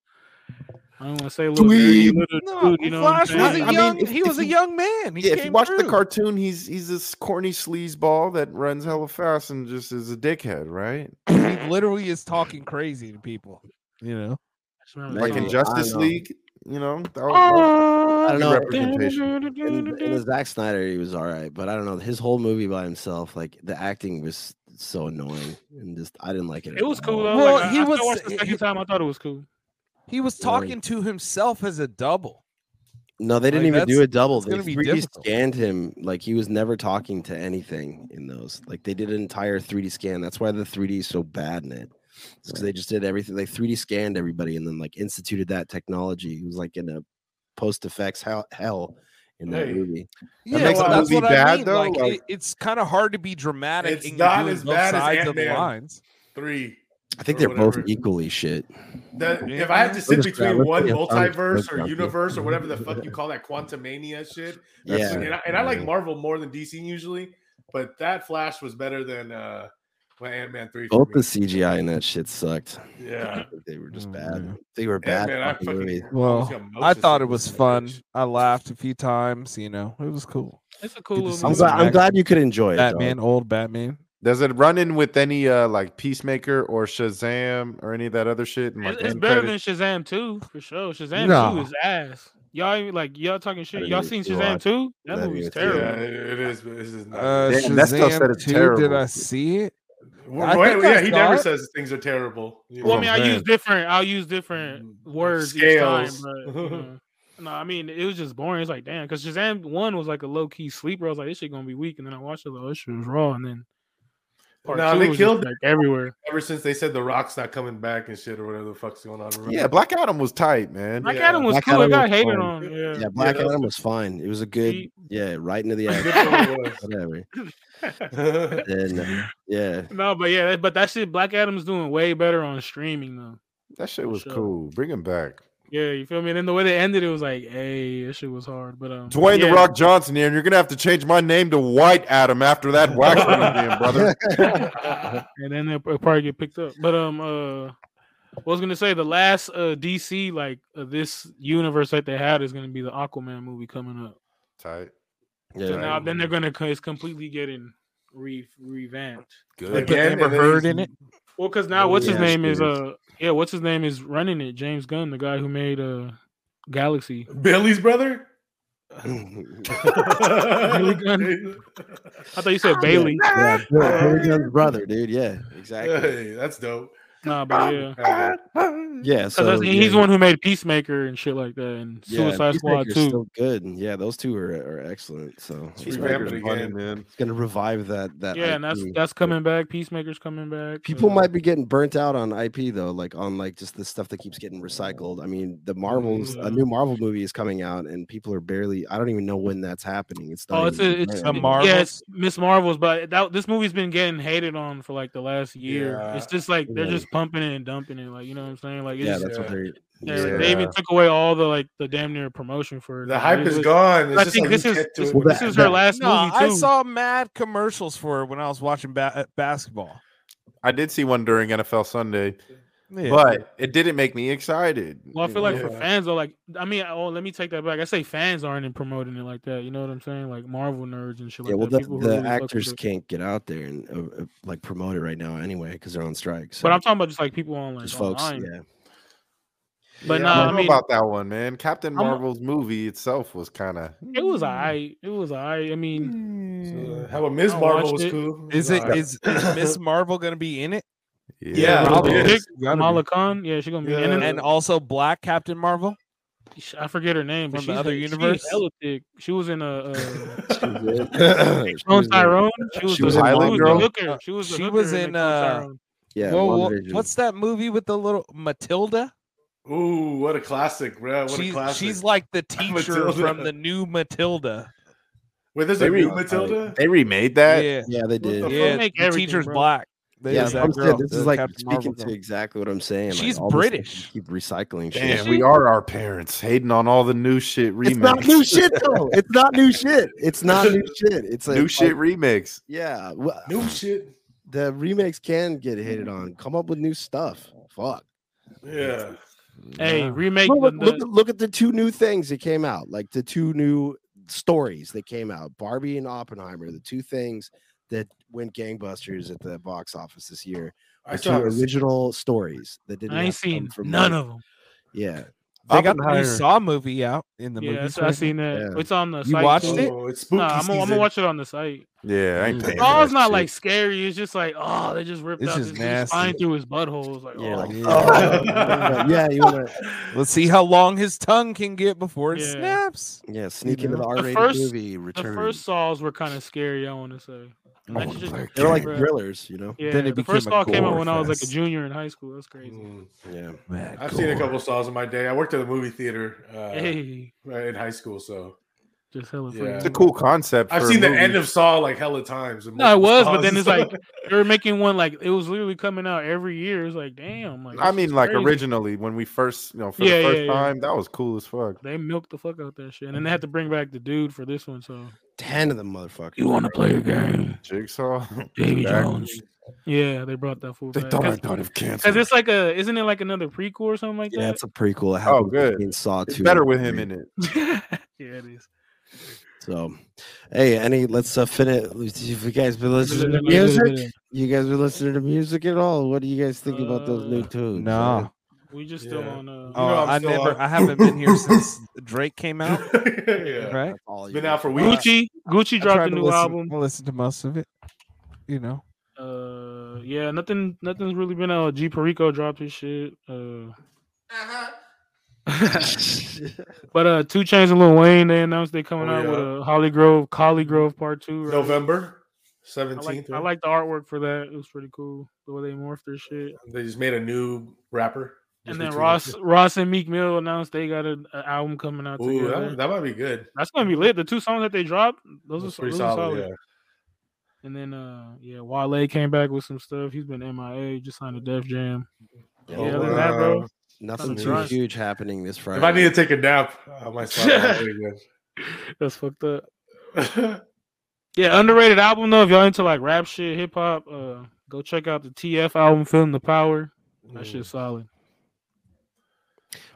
I don't want to say little, dirty Dweeb. little No, dude. You know, Flash what I'm was a saying? I mean, young. if- he if was a you- young man. He Yeah, if came you watch the through. cartoon, he's he's this corny sleazeball that runs hella fast and just is a dickhead, right? he literally is talking crazy to people. You know, I Oh, just remember Like that in I song. Justice know. League, you know. that was- I don't know. Representation. In, in the Zack Snyder, he was all right, but I don't know. His whole movie by himself, like the acting was It's so annoying, and just I didn't like it. It was cool though. Well, like, he I, was- I watched the second he- time. I thought it was cool. He was talking to himself as a double. No, they didn't Like, even do that's- a double. it's They gonna be 3D difficult. scanned him like he was never talking to anything in those. Like they did an entire 3D scan. That's why the 3D is so bad in it. It's because they just did everything. They 3D scanned everybody and then like instituted that technology. It was like in a post effects hell, hell in that Hey. movie. Yeah, makes the that's movie what I bad, mean. though, Like, like- it- it's kind of hard to be dramatic. It's and not you're doing as both bad as sides of the Ant-Man. lines. Three. I think Or they're both whatever. equally shit. That if I had to sit Let's grab- between let's one get a thumbs- multiverse let's or grab it. universe or whatever the fuck you call that quantum mania shit. Yeah. And I, and I like Marvel more than DC usually, but that Flash was better than uh Ant Man three. for Both the me. CGI and that shit sucked. Yeah. They were just Oh, bad. man. They were bad. Ant-Man, I fucking fucking- movies. Well, Almost got I Moses thought in it was that fun. bitch. I laughed a few times. You know, it was cool. It's a cool Good to little see I'm He's movie. glad, I'm back. glad you could enjoy it. dog. Batman, old Batman. Does it run in with any uh like Peacemaker or Shazam or any of that other shit? And, like, It's, it's end better than credits? Shazam 2, for sure. Shazam Nah. 2 is ass. Y'all ain't- like y'all talking shit. didn't Y'all even seen see Shazam it. 2? That That movie's is- terrible. Yeah, it it is. but This is not. Uh, Damn, that stuff Shazam said it's 2, Did terrible. I see it? Well, I Roy- think I yeah, he saw never it. says things are terrible. You Well, I Oh, mean, I man. use different. I'll use different words each Scales. time. But, you know. no, I mean, it was just boring. It's like, damn, because Shazam one was like a low key sleeper. I was like, this shit gonna be weak, and then I watched it. Like, oh, this shit was raw, and then part Nah, two they was just, killed- like everywhere. ever since they said The Rock's not coming back and shit or whatever the fuck's going on. remember? Yeah, Black Adam was tight, man. Black Yeah. Adam was Black cool. Adam it was got hated fun. on. Yeah. Yeah, Black that was Adam was fine. It was a good, He- yeah, right into the ass. Good for what it Whatever. was. Then, Mm-hmm. uh, yeah, No, but yeah, that- but that shit, Black Adam's doing way better on streaming though. That shit For was sure. cool. Bring him back. Yeah, you feel me? And then the way they ended, it was like, hey, this shit was hard. But um, Dwayne yeah. the Rock Johnson here, and you're gonna have to change my name to White Adam after that wax one again, brother. and then they'll pro- probably get picked up. But um, uh, I was gonna say the last uh DC like uh, this universe that they had is gonna be the Aquaman movie coming up. Tight. yeah. So now then they're gonna co- it's completely getting re revamped. Like, Good. Again, Amber and then Heard he's- in it. Well, because now what's his Oh, Yeah, name is it is. uh yeah what's his name is running it James Gunn the guy who made uh Galaxy. Billy's brother. Gunn. I thought you Oh, said Bailey. yeah, Bill- Billy Gunn's brother, dude. Yeah, exactly. Hey, that's dope. Nah, but yeah. Ah, Yeah, so Because he's yeah, the one who made Peacemaker and shit like that, and yeah, Suicide Squad Peacemaker's too. still good. and Yeah, those two are, are excellent. So Let's it's revamp gonna- it Funny, again. man. it's gonna revive that that. yeah, and that's IP. that's coming back. Peacemaker's coming back. People uh, might be getting burnt out on IP though, like on like just the stuff that keeps getting recycled. I mean, the Marvels, a new Marvel movie is coming out, and people are barely. I don't even know when that's happening. It's not Oh, it's even a, it's confirmed. The Marvels. Yeah, it's Miss Marvels, but that this movie's been getting hated on for like the last year. Yeah. It's just like they're Yeah. just pumping it and dumping it, like you know what I'm saying? Like it's yeah, just- that's what yeah. they're. yeah, like, they even Yeah. took away all the like the damn near promotion for it. The Like, hype it is was- gone. It's I just think like, this who is can't do this, it. Well, this that- is her that- last No, movie too. I saw mad commercials for it when I was watching ba- uh, basketball. I did see one during NFL Sunday, Yeah. but it didn't make me excited. Well, I you feel know? like for Yeah. fans, though, like I mean, oh, let me take that back. I say fans aren't in promoting it like that. You know what I'm saying? Like Marvel nerds and shit. Like Yeah, well, that. the, people who the really fuck with actors it. can't get out there and uh, uh, like promote it right now anyway because they're on strike. So But I'm talking about just like people on like just folks, online. yeah, But I nah, don't I know mean- about that one, man. Captain I'm- Marvel's movie itself was kind of. It was alright. It was alright. I Mm. mean, Hmm. So, uh, how about Ms. I Marvel watched was it. cool. Oh, is it Alright. is, is Miss Marvel gonna be in it? Yeah, Kamala it Dick, is. Gotta be. Kamala Khan, yeah, she's gonna be in Yeah. it. And also Black Captain Marvel. Sh- I forget her name, but From the she's other like- she universe? hella thick. She was in a uh, She Clone was in- Tyrone. She was, she was the, Island she was Girl? the hooker. She was, the She hooker was the in, Clone uh, Tyrone. Yeah, Whoa, whoa, WandaVision. what's that movie with the little Matilda? Ooh, what a classic, bro. What a She's classic. she's like the teacher Matilda. from the new Matilda. Wait, there's They a new re- Matilda? They remade that. yeah, Yeah, they the did. fuck? yeah. make The everything, teacher's bro. black. They- Yeah, that I'm girl, saying this the is like Captain Marvel speaking girl. to exactly what I'm saying. like, She's all this stuff, you British. Keep recycling shit. Damn, we are our parents, hating on all the new shit remakes. It's not new shit though. It's not new shit. It's not new shit. It's like, New shit remakes. yeah, well, New shit. the remakes can get hated on. Come up with new stuff. Fuck. Yeah. Hey, remake Look, the, look, the, look, look at the two new things that came out, like the two new stories that came out Barbie and Oppenheimer, the two things that went gangbusters at the box office this year. I Are saw two original stories that didn't I ain't have to come seen from none like- of them. Yeah. They got the new Oppenheimer. Saw movie out in the yeah, movie. I, I seen that. Yeah. It's on the You site. watched too. it? it's spooky. Nah, I'm gonna I'm season. gonna watch it on the site. Yeah, I ain't Mm. paying. for Oh, it's that not shit. like scary. It's just like, oh, they just ripped It's out just this nasty. spine through his butthole. It's like, Yeah, oh, like, Oh. yeah, you want to Let's see how long his tongue can get before it Yeah. snaps. yeah sneak know? into the The R-rated first- movie. the Return. first saws were kind of scary. I want to say. I Actually, just- like- They're like Right. thrillers, you know. Yeah, Then it the became first a saw came out gore when I was like a fest. junior in high school. That's crazy. Mm. Yeah. Man, I've seen a gore. couple saws in my day. I worked at a movie theater uh, Hey, in high school, so just hella Yeah. freaking It's a cool concept. I've for a seen the movie. end of Saw like hella times. and No, it multiple was, but Saws. then it's like they were making one like it was literally coming out every year. It's like, damn, like I this mean, is like crazy. originally when we first, you know, for Yeah, the yeah, first yeah. time, that was cool as fuck. They milked the fuck out that shit, and then they Mm-hmm. had to bring back the dude for this one. So Ten of them motherfuckers. to play a game, Jigsaw. Davy Back. Yeah, they brought that fool They back. thought I Cause, died of 'cause cancer. it's like a, isn't it like another prequel or something like Yeah, that? it's a prequel. It Oh, happened good. between Saw It's two better and with three. him in it. yeah, it is. So, hey, any let's uh, finish. If you guys been listening to music, We you guys been listening to music at all? What do you guys think about those new Uh, tunes? No, just still Yeah. on. Uh, oh, know I'm I still never. on- I haven't been here since Drake came out. yeah. Right? That's all you It's Been guys- out for weeks. Gucci, Gucci I dropped tried a to new listen- album. I listened to most of it. You know, Uh, yeah, nothing, nothing's really been out. G Perico dropped his shit. Uh, but uh, Two Chains and Lil Wayne, they announced they coming Oh, out with yeah. a Holly Grove, Collie Grove Part Two. right? November I like, seventeenth. I like the artwork for that. It was pretty cool the way they morphed their shit. They just made a new rapper. And Just then between Ross, the Ross and Meek Mill announced they got an, an album coming out two. Ooh, together. that, that might be good. That's gonna be lit. The two songs that they dropped, those That's are pretty solid. yeah. And then, uh, yeah, Wale came back with some stuff. He's been MIA, just signed a Def Jam. Yeah, Yeah, Oh, other than that, bro. wow. nothing Nothing too dry. huge happening this Friday. If I need to take a nap, I might slide that That's fucked up. again. Yeah, underrated album though. If y'all into like rap shit, hip hop, uh, go check out the TF album, Film the Power. Mm. That shit's solid.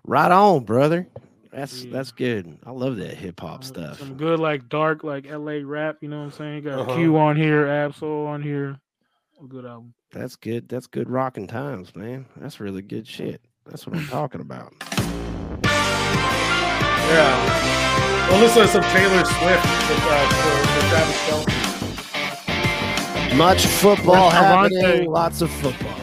right on, brother. That's Yeah. that's good. I love that hip hop Uh, stuff. Some good like dark like LA rap. You know what I'm saying? You got Uh-huh. Q on here, Absol on here. A good album. That's good. That's good rocking times, man. That's really good shit. That's what I'm talking about. Yeah. Well, listen to some Taylor Swift with, uh, for, for Travis Kelce. Much football Where's Javante? happening. Lots of football.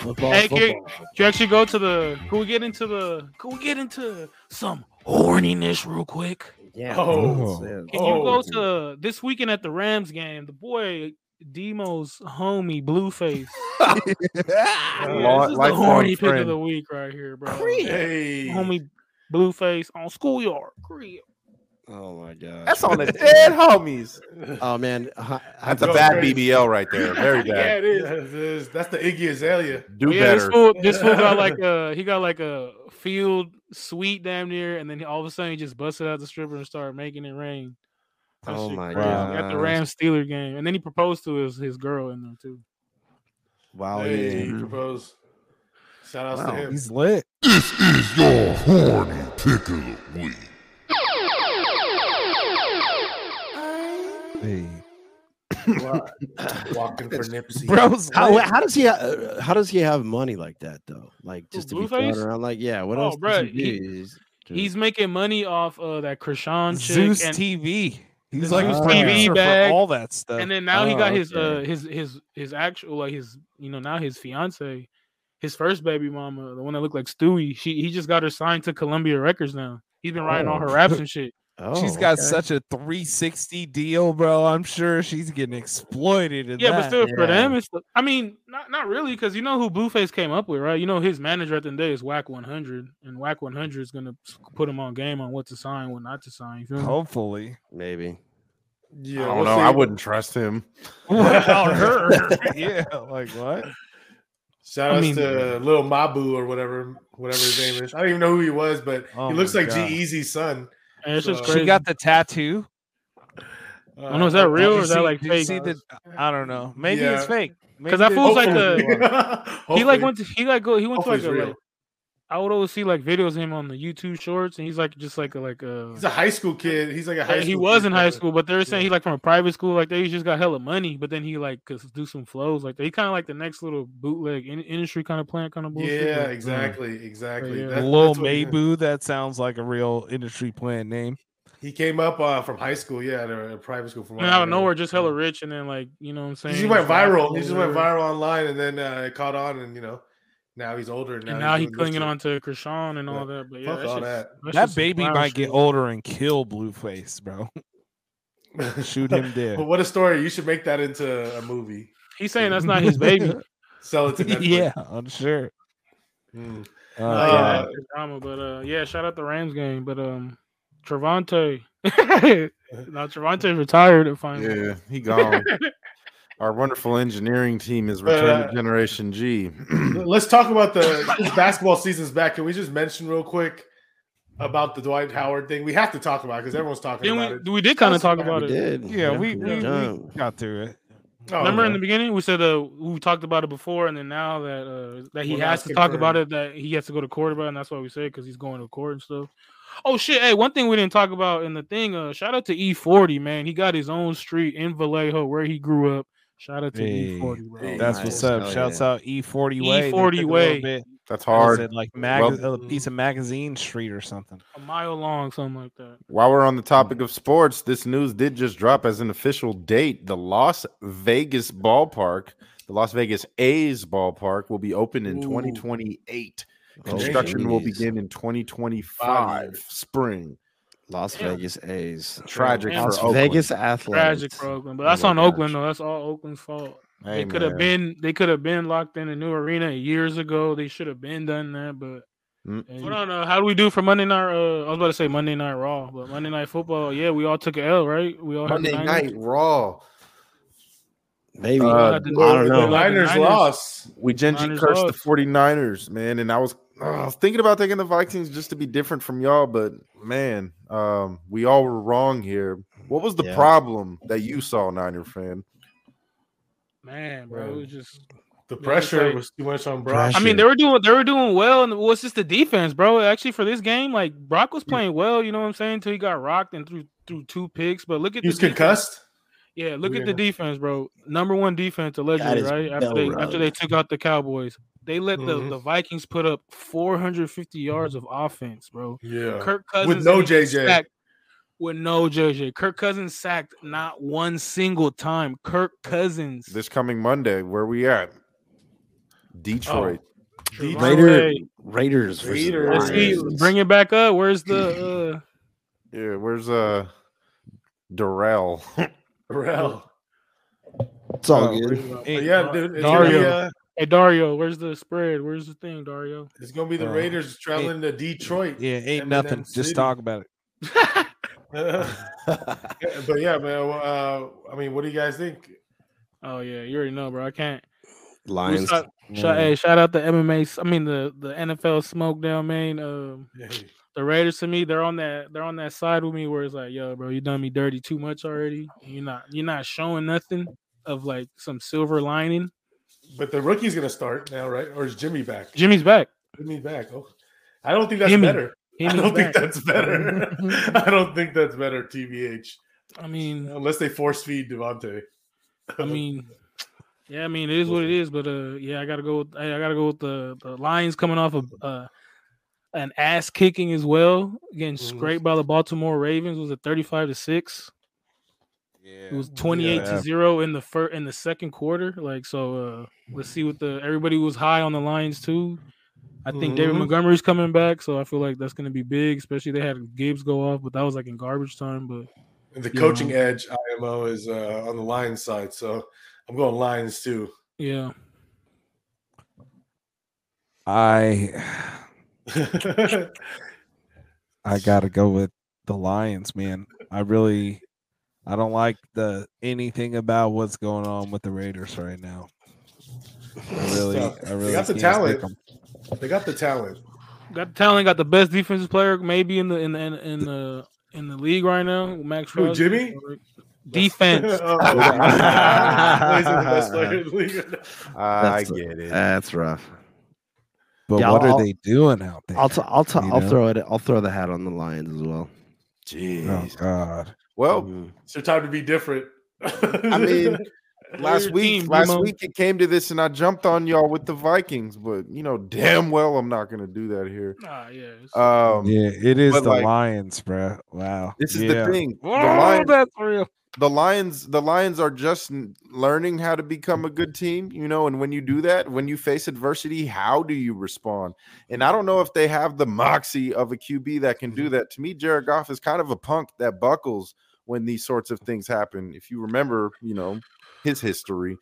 Football. Hey, football. can you, can you actually go to the? Can we get into the? Can we get into some horniness real quick? Yeah. Oh. that's it. Can you Oh. go to this weekend at the Rams game? The boy Demo's homie Blueface. Ah, Yeah, Law- this is the lifelong horny pick of friend. the week right here, bro. Hey. Homie Blueface on schoolyard. Creep. Oh my god. That's on the dead homies. Oh man, Hi- hi- That's a Go bad crazy. BBL right there. Very yeah, bad. it is. Yeah, it is. That's the Iggy Azalea. Do yeah, this better. fool, this fool got like a he got like a field suite damn near, and then all of a sudden he just busted out the stripper and started making it rain. That Oh shit my crazy. At gosh. the Rams Steeler game, and then he proposed to his, his girl in there too. wow. hey, yeah. he proposed. Shout outs Wow. to him. he's lit. This is your horny pick of the week. Hey. Walking for Nipsey. Bro's How, lit. how does he uh, how does he have money like that though? Like Who, just to be thrown Blueface? around? Like yeah, what Oh, else? does bruh, he he- do? He's- He's making money off uh, that Krishan chick, Zeus and, TV. He's Zeus like TV TV bag. for all that stuff. and then now he Oh, got his okay. uh his his his actual like his you know now his fiance, his first baby mama, the one that looked like Stewie. She he just got her signed to Columbia Records now. He's been writing all her Oh. raps and shit. oh, she's got okay. such a 360 deal, bro. I'm sure she's getting exploited. In Yeah, but that. still for yeah. them, it's I mean not not really because you know who Blueface came up with, right? You know his manager at the end of the day is Whack 100, and Whack 100 is gonna s- put him on game on what to sign, what not to sign. You feel me? Hopefully. maybe. Yeah, I don't we'll know. see. I wouldn't trust him. What on her? yeah, like what? Shout I outs mean- to Lil Mabu or whatever, whatever his name is. I don't even know who he was, but Oh he looks my like G God. Eazy's son. And it's just So- crazy. She got the tattoo. Uh, don't know, Oh, is that Did real you or is that see- like did you fake? See the, I don't know. Maybe it's Yeah. fake. Maybe that they- fool's like Hopefully. a- Hopefully. he like went to he like go he went to Hopefully like it's a real. like I would always see like videos of him on the YouTube shorts, and he's like just like a like a. He's a high school kid. He's like a high. like, school he was kid, in high but- school, but they're saying he like from a private school. Like they just got hella money, but then he like could do some flows. Like they kind of like the next little bootleg in- industry kind of plant kind of bullshit. Yeah, like, exactly, exactly. Mm. yeah. That- Lil that's what he- Mabu, that sounds like a real industry plan name. He came up uh, from high school, yeah, at a, a private school. From And out of nowhere, just hella rich, and then like you know what I'm He saying. just went it's like, viral. He just went whatever. viral online, and then uh, it caught on, and you know, now he's older. And now, and now he's he doing this clinging shit. on to Krishan and all that. But yeah, Fuck all shit's- that. shit's That some baby clown might shit. get older and kill Blueface, bro. Shoot him but dead. what a story! You should make that into a movie. He's saying that's not his Uh, baby. Sell it to Netflix. yeah, I'm sure. Mm. Oh, Uh, God. yeah, that's drama, but uh, yeah, shout out the Rams game. But um, Trevante, now Trevante retired at finally. Yeah, he gone. Our wonderful engineering team is But, Return uh, to Generation G. Mm. Let's talk about the basketball season's back. Can we just mention real quick about the Dwight Howard thing? We have to talk about because everyone's talking about Then it. we, we did kind of Chelsea talk got about We it. did. Yeah, we- good we- we- job. Got through it. Oh, Remember in yeah. the beginning we said uh we talked about it before, and then now that uh that he Well, now has it's to talk about it, that he has to go to court about, it, and that's why we said because he's going to court and stuff. Oh shit! Hey, one thing we didn't talk about in the thing. Uh, shout out to E Forty man. He got his own street in Vallejo where he grew up. Shout out to Hey, E Forty, bro. hey, That's nice. what's up. Hell Shouts out E40 Way. They E40 took a little E Way. bit- That's what was hard. it, like mag- Well- a mm. piece of magazine street or something. a mile long, something like that. While we're on the topic of sports, this news did just drop as an official date. The Las Vegas ballpark, the Las Vegas A's ballpark, will be open in Ooh. 2028. Oh, Construction will geez. begin in 2025 years. spring. Las Damn. Vegas A's. Tragic Damn. for Las Oakland. Vegas Tragic Athletics. for Oakland, but Oh that's my on gosh. Oakland though. That's all Oakland's fault. Hey, they could have man. been they could have been locked in a new arena years ago. They should have been done that, but Mm. Hey, hold on. Uh, how do we do for Monday night? Uh, I was about to say Monday night Raw, but Monday night football. Yeah, we all took an L, right? We all had the Monday Niners. night raw. Uh, Maybe. We had the- I don't The know. Oh, Niners Niners- lost. We Genji Niners cursed the lost. 49ers, man. And I was oh, I was thinking about taking the Vikings just to be different from y'all, but man, um, we all were wrong here. What was the Yeah. problem that you saw, Niner fan? Man, bro, it was just. The Yeah, pressure like- was too much on Brock. I mean, they were doing they were doing well, and it was just the defense, bro. Actually, for this game, like Brock Mm. was playing well. You know what I'm saying? Until he got rocked and threw threw two picks. But look at he the was defense. concussed. Yeah, look Yeah. at the defense, bro. Number one defense allegedly, is right? After they after Belrug. they took out the Cowboys, they let Mhm. the, the Vikings put up 450 yards of offense, bro. Yeah. Kirk Cousins With no didn't get JJ. sacked- with no JJ. Kirk Cousins sacked not one single time. Kirk Cousins. This coming Monday, where we at? Detroit. Trevon Raider, Ray. Raiders. versus Raiders. Let's see, Lions. bring it back up. Where's the uh Yeah, where's uh Darrell? Terrell. It's all good. But Hey, yeah, dude. It's gonna, be, Dario. uh, hey Dario, where's the spread? Where's the thing, Dario? it's gonna be the Uh, Raiders traveling to Detroit. Yeah, ain't Eminem nothing. Just City. talk about it. but yeah, man. Uh, I mean, what do you guys think? Oh yeah, you already know, bro. I can't We Lions. Shout, shout- hey, shout out the MMA. s- I mean the the NFL smoke down main. Um, the Raiders to me, they're on that they're on that side with me where it's like, yo, bro, you done me dirty too much already. and You're not you're not showing nothing of like some silver lining. But the rookie's gonna start now, right? Or is Jimmy back? Jimmy's back. Jimmy back. Oh, I don't think that's Jimmy. better. I Jimmy's don't back. think that's better. I don't think that's better. Tbh, I mean, unless they force feed Devontae. I mean, yeah, I mean, it is what it is. But uh, yeah, I gotta go. With, I I gotta go with the the Lions coming off of uh, an ass kicking as well, getting Mhm. scraped by the Baltimore Ravens. It was a thirty-five to six. It was twenty-eight Yeah. to zero in the first in the second quarter. Like so, uh, let's see what the everybody was high on the Lions too. I think David Mhm. Montgomery's coming back, so I feel like that's gonna be big. Especially they had Gibbs go off, but that was like in garbage time. But And the Yeah. coaching edge IMO is uh, on the Lions side, so I'm going Lions too. yeah, I yeah, I gotta go with the Lions, man. I really I don't like the anything about what's going on with the Raiders right now. I really, tough. I They really got the can't talent. pick 'em. they got the talent. got the talent, got the best defensive player maybe in the in the, in, in the in the league right now. Max Who, Crosby. Jimmy? defense. Oh, okay. He's the best player in the league. I That's a- get it. That's rough. But Yeah, what I'll- are they doing out there? I'll t- I'll t- You I'll know? throw it. I'll throw the hat on the Lions as well. oh Jeez. God! Well, Mm. Mhm. It's your time to be different. I mean, last your week, team, last Demo. week it came to this, and I jumped on y'all with the Vikings, but you know damn well I'm not going to do that here. Nah, yeah. it's- Um, yeah, it is but, the like, Lions, bruh. Wow. This is Yeah. the thing. The Whoa, Lions, that's real. the Lions, the Lions are just n- learning how to become a good team, you know. And when you do that, when you face adversity, how do you respond? And I don't know if they have the moxie of a QB that can Mm-hmm. do that. To me, Jared Goff is kind of a punk that buckles when these sorts of things happen. If you remember, you know, his history.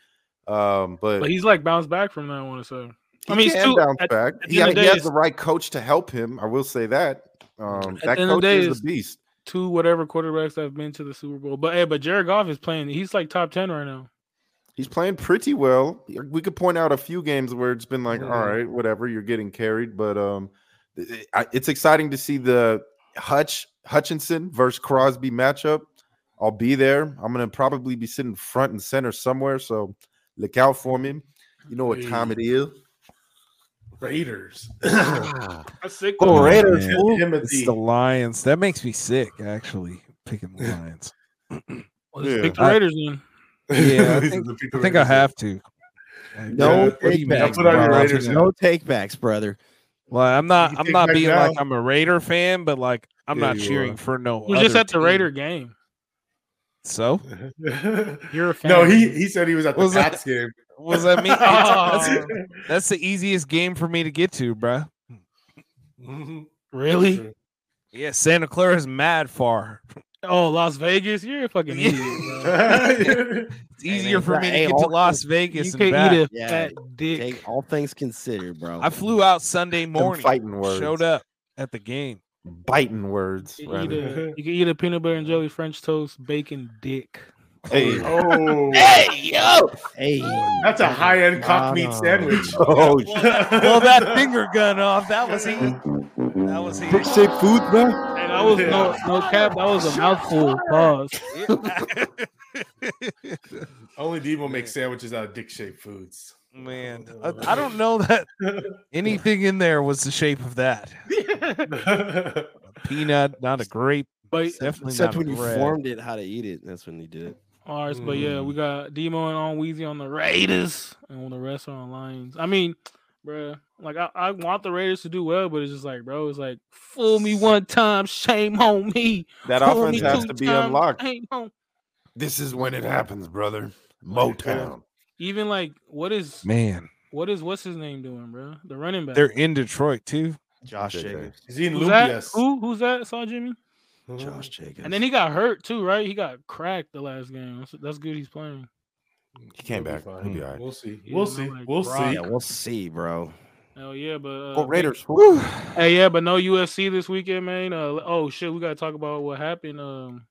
Um, but, But he's like bounced back from that. I want to say. he I mean, he's can too- bounce at- back. at the He, end ha- of the he day, has the it's- right coach to help him. I will say that. Um, that At the end of coach the day, is it's- a beast. Two whatever quarterbacks that have been to the Super Bowl, but hey, but Jared Goff is playing. He's like top ten right now. He's playing pretty well. We could point out a few games where it's been like, all Mhm. right, whatever, you're getting carried, but um, it- I- it's exciting to see the Hutch Hutchinson versus Crosby matchup. I'll be there. I'm gonna probably be sitting front and center somewhere, so look out for me. You know what time it is? Raiders. Ah, That's sick. Oh, though. Raiders, Yeah. fool. Timothy. It's the Lions. That makes me sick. Actually, picking the Lions. Let's Yeah. pick the I- Raiders then. Yeah, I These are think- the people I think I Raiders. have to. Like, No what do you take back. mean, Put on your bro? Raiders hat. No takebacks, brother. Well, I'm You not. I'm take not back being now. like I'm a Raider fan, but like I'm Yeah, not you cheering are. for no. We're just other at the team. Raider game. So You're a fan. no, he he said he was at the Was that- Pats game. what does that mean? that's, Oh. that's the easiest game for me to get to, bruh. Oh. really? Yeah, Santa Clara is mad far. Oh, Las Vegas. You're a fucking Yeah. idiot. Bro. It's Hey, man, easier for me to hey, get to all- Las You Vegas and can't eat back. a Yeah. fat dick. Take all things considered, bro. I flew out Sunday morning. fighting words. Showed up at the game. Biting words. You can, eat rather. a, you can eat a peanut butter and jelly French toast bacon dick. Hey. oh, Hey, that's a high end Wow. cock meat sandwich. Oh, shit. Well, that finger gun off. That was easy. That was easy. Shape food, bro. And that was no no cap. That was a mouthful. Pause. Only Debo makes sandwiches out of dick shaped foods. Man, I, I don't know that anything in there was the shape of that. Peanut, not a grape. But Definitely Except not when a you bread. formed it, how to eat it. That's when you did it. ours, but yeah, Mm. we got Demo and on Weezy on the Raiders, and all the rest are on Lions. I mean, bruh, like I, I want the Raiders to do well, but it's just like, bro, it's like fool me one time, shame on me. that Fool offense me has two to be times, unlocked. shame on- This is when it happens, brother. Motown. Even like, what is Man, what is what's his name doing, bro? The running back. they're in Detroit too. Josh Okay, Jacobs. Is he in Who's that? Lupias? Who? Who's that? Saw Jimmy. Uh-huh. Josh Jacobs. And then he got hurt too, right? He got cracked the last game. That's, that's good. He's playing. He came He'll be back. fine. He'll be all right. We'll see. Yeah, We'll man, see. like, We'll Brian. see. Oh, yeah, we'll see, bro. Hell yeah, but uh, Go big- Raiders. Hey, yeah, but no UFC this weekend, man. Uh, oh shit, we gotta talk about what happened. Um,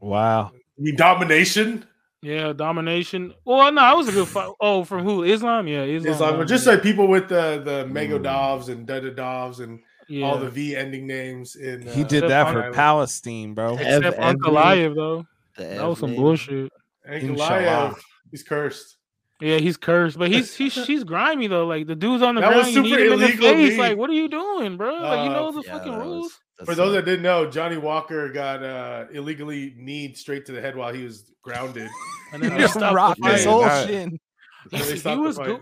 Wow. We domination. yeah, domination. Well, no, it was a good fight. Oh, from who? Islam? Yeah, Islam. It's like won, just yeah. like people with the the mega dovs and dada dovs and Mm. yeah. all the V ending names. In He uh, did Except that on for Island. Palestine, bro. Hey, except Ev- Uncle Every- Liev though. That was some bullshit. and Inshallah. Goliath. He's cursed. Yeah, he's cursed, but he's he's she's grimy though. Like the dude's on the That ground, was you need super him in the illegal, face. dude. Like, what are you doing, bro? Like, you Uh, know the fucking rules. For those that didn't know, Johnny Walker got uh, illegally kneed straight to the head while he was grounded. And then Yeah, they stopped Rock the his fight. man, whole that- shin. They he, he stopped the was fight. cool.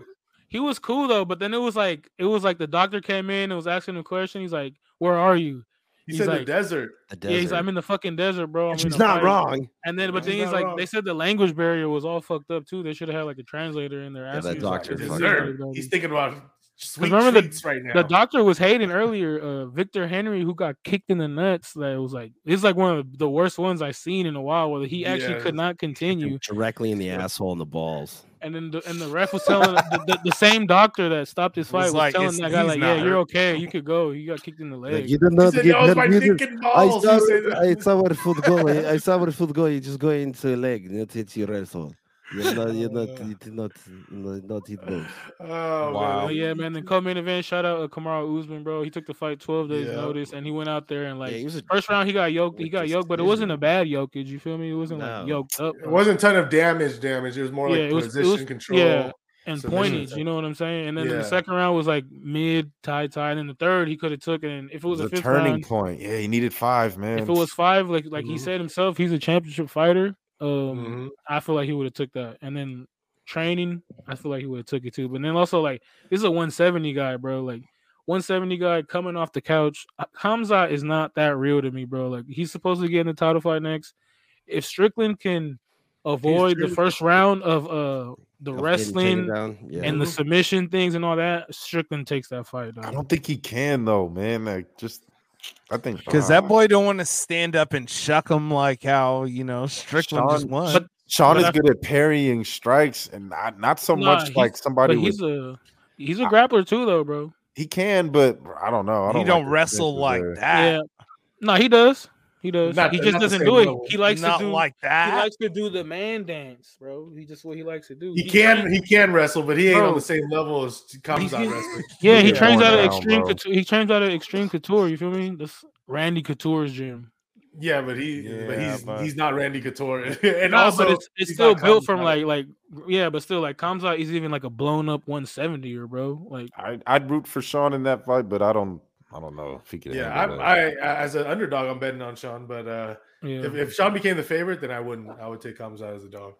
He was cool though, but then it was like it was like the doctor came in and was asking him a question. He's like, "Where are you?" He He's said like- the desert. Yeah, he's like, "I'm in the fucking desert, bro." I'm in She's a not fight." wrong. And then, but She's then he's not like, wrong. they said the language barrier was all fucked up too. They should have had like a translator in there. Yeah, that asking him, He's like, doctor "Is "The this fucking- what desert." you're doing?" He's thinking about sweet remember the- treats right now. The doctor was hating earlier. Uh, Victor Henry, who got kicked in the nuts, that was like it's like one of the worst ones I've seen in a while. Where he actually Yeah. could not continue, Directly in the asshole and the balls. and then the, and the ref was telling the, the, the same doctor that stopped his fight was, like, telling "It's- that guy he's like, not yeah, you're hurt." okay, you could go. You got kicked in the leg. Like, you didn't know he to said, get that was my that reason. thinking I balls. saw, He said that. I saw what football. I saw what football. You just go into your leg, not hit your asshole. You're not, you're not, Uh. you did not, not, not hit both. Oh, Wow. Oh man. yeah, man. The co-main event, shout out uh, Kamaru Usman, bro. He took the fight 12 days Yeah. notice, and he went out there and like yeah, he was a, first round he got yoked. He With got this yoked, but it wasn't a bad yokage. You feel me? It wasn't No. like yoked up. It bro. wasn't a ton of damage. Damage. It was more like Yeah, it was- it position was- control. yeah. and So they should've pointage. took- You know what I'm saying? And then in Yeah. the second round was like mid tie tie. And then the third he could have took. And if it was the a fifth turning round, point. Yeah, he needed five, man. if it was five, like like he Mhm. said himself, he's a championship fighter. Um, Mhm. I feel like he would have took that. And then training, I feel like he would have took it too. But then also like this is a 170 guy, bro. Like 170 guy coming off the couch. Uh, Hamza is not that real to me, bro. Like he's supposed to get in the title fight next. If Strickland can avoid the true. first round of uh the wrestling yeah. and the submission things and all that, Strickland takes that fight. I Dog. don't think he can though, man. Like just I think Because that Nah. boy don't want to stand up and shuck him like how you know Strickland just Sean- won. But- Sean but is I- good at parrying strikes and not not so Nah, much he's- like somebody but with, he's a he's a Ah. I- grappler too, though, bro. he can, but I don't know. I don't he don't like the wrestle chances like there. that. Yeah. No, he does. He does. Ah. Not- he not just the doesn't same do it. level. He likes not to do. like he that. likes to do the man dance, bro. He just what he likes to do. He can he can wrestle, but he ain't Bro. on the same level as Kamzat He's- wrestling. Yeah, he Yeah. trains out of Going down, extreme. bro. Couture, he trains out of extreme couture. You feel me? That's Randy Couture's gym. Yeah, but he but Yeah, he's but- he's not Randy Couture. and No, also Oh, but it's, it's he's still not built from Kamzat. like like yeah, but still like Kamzat is even like a blown up 170 or bro. Like I, I'd root for Sean in that fight, but I don't I don't know if he can. yeah, I'm, handle I, that. I as an underdog, I'm betting on Sean. But uh, yeah, if, if Sean became the favorite, then I wouldn't. I would take Kamzat as a dog.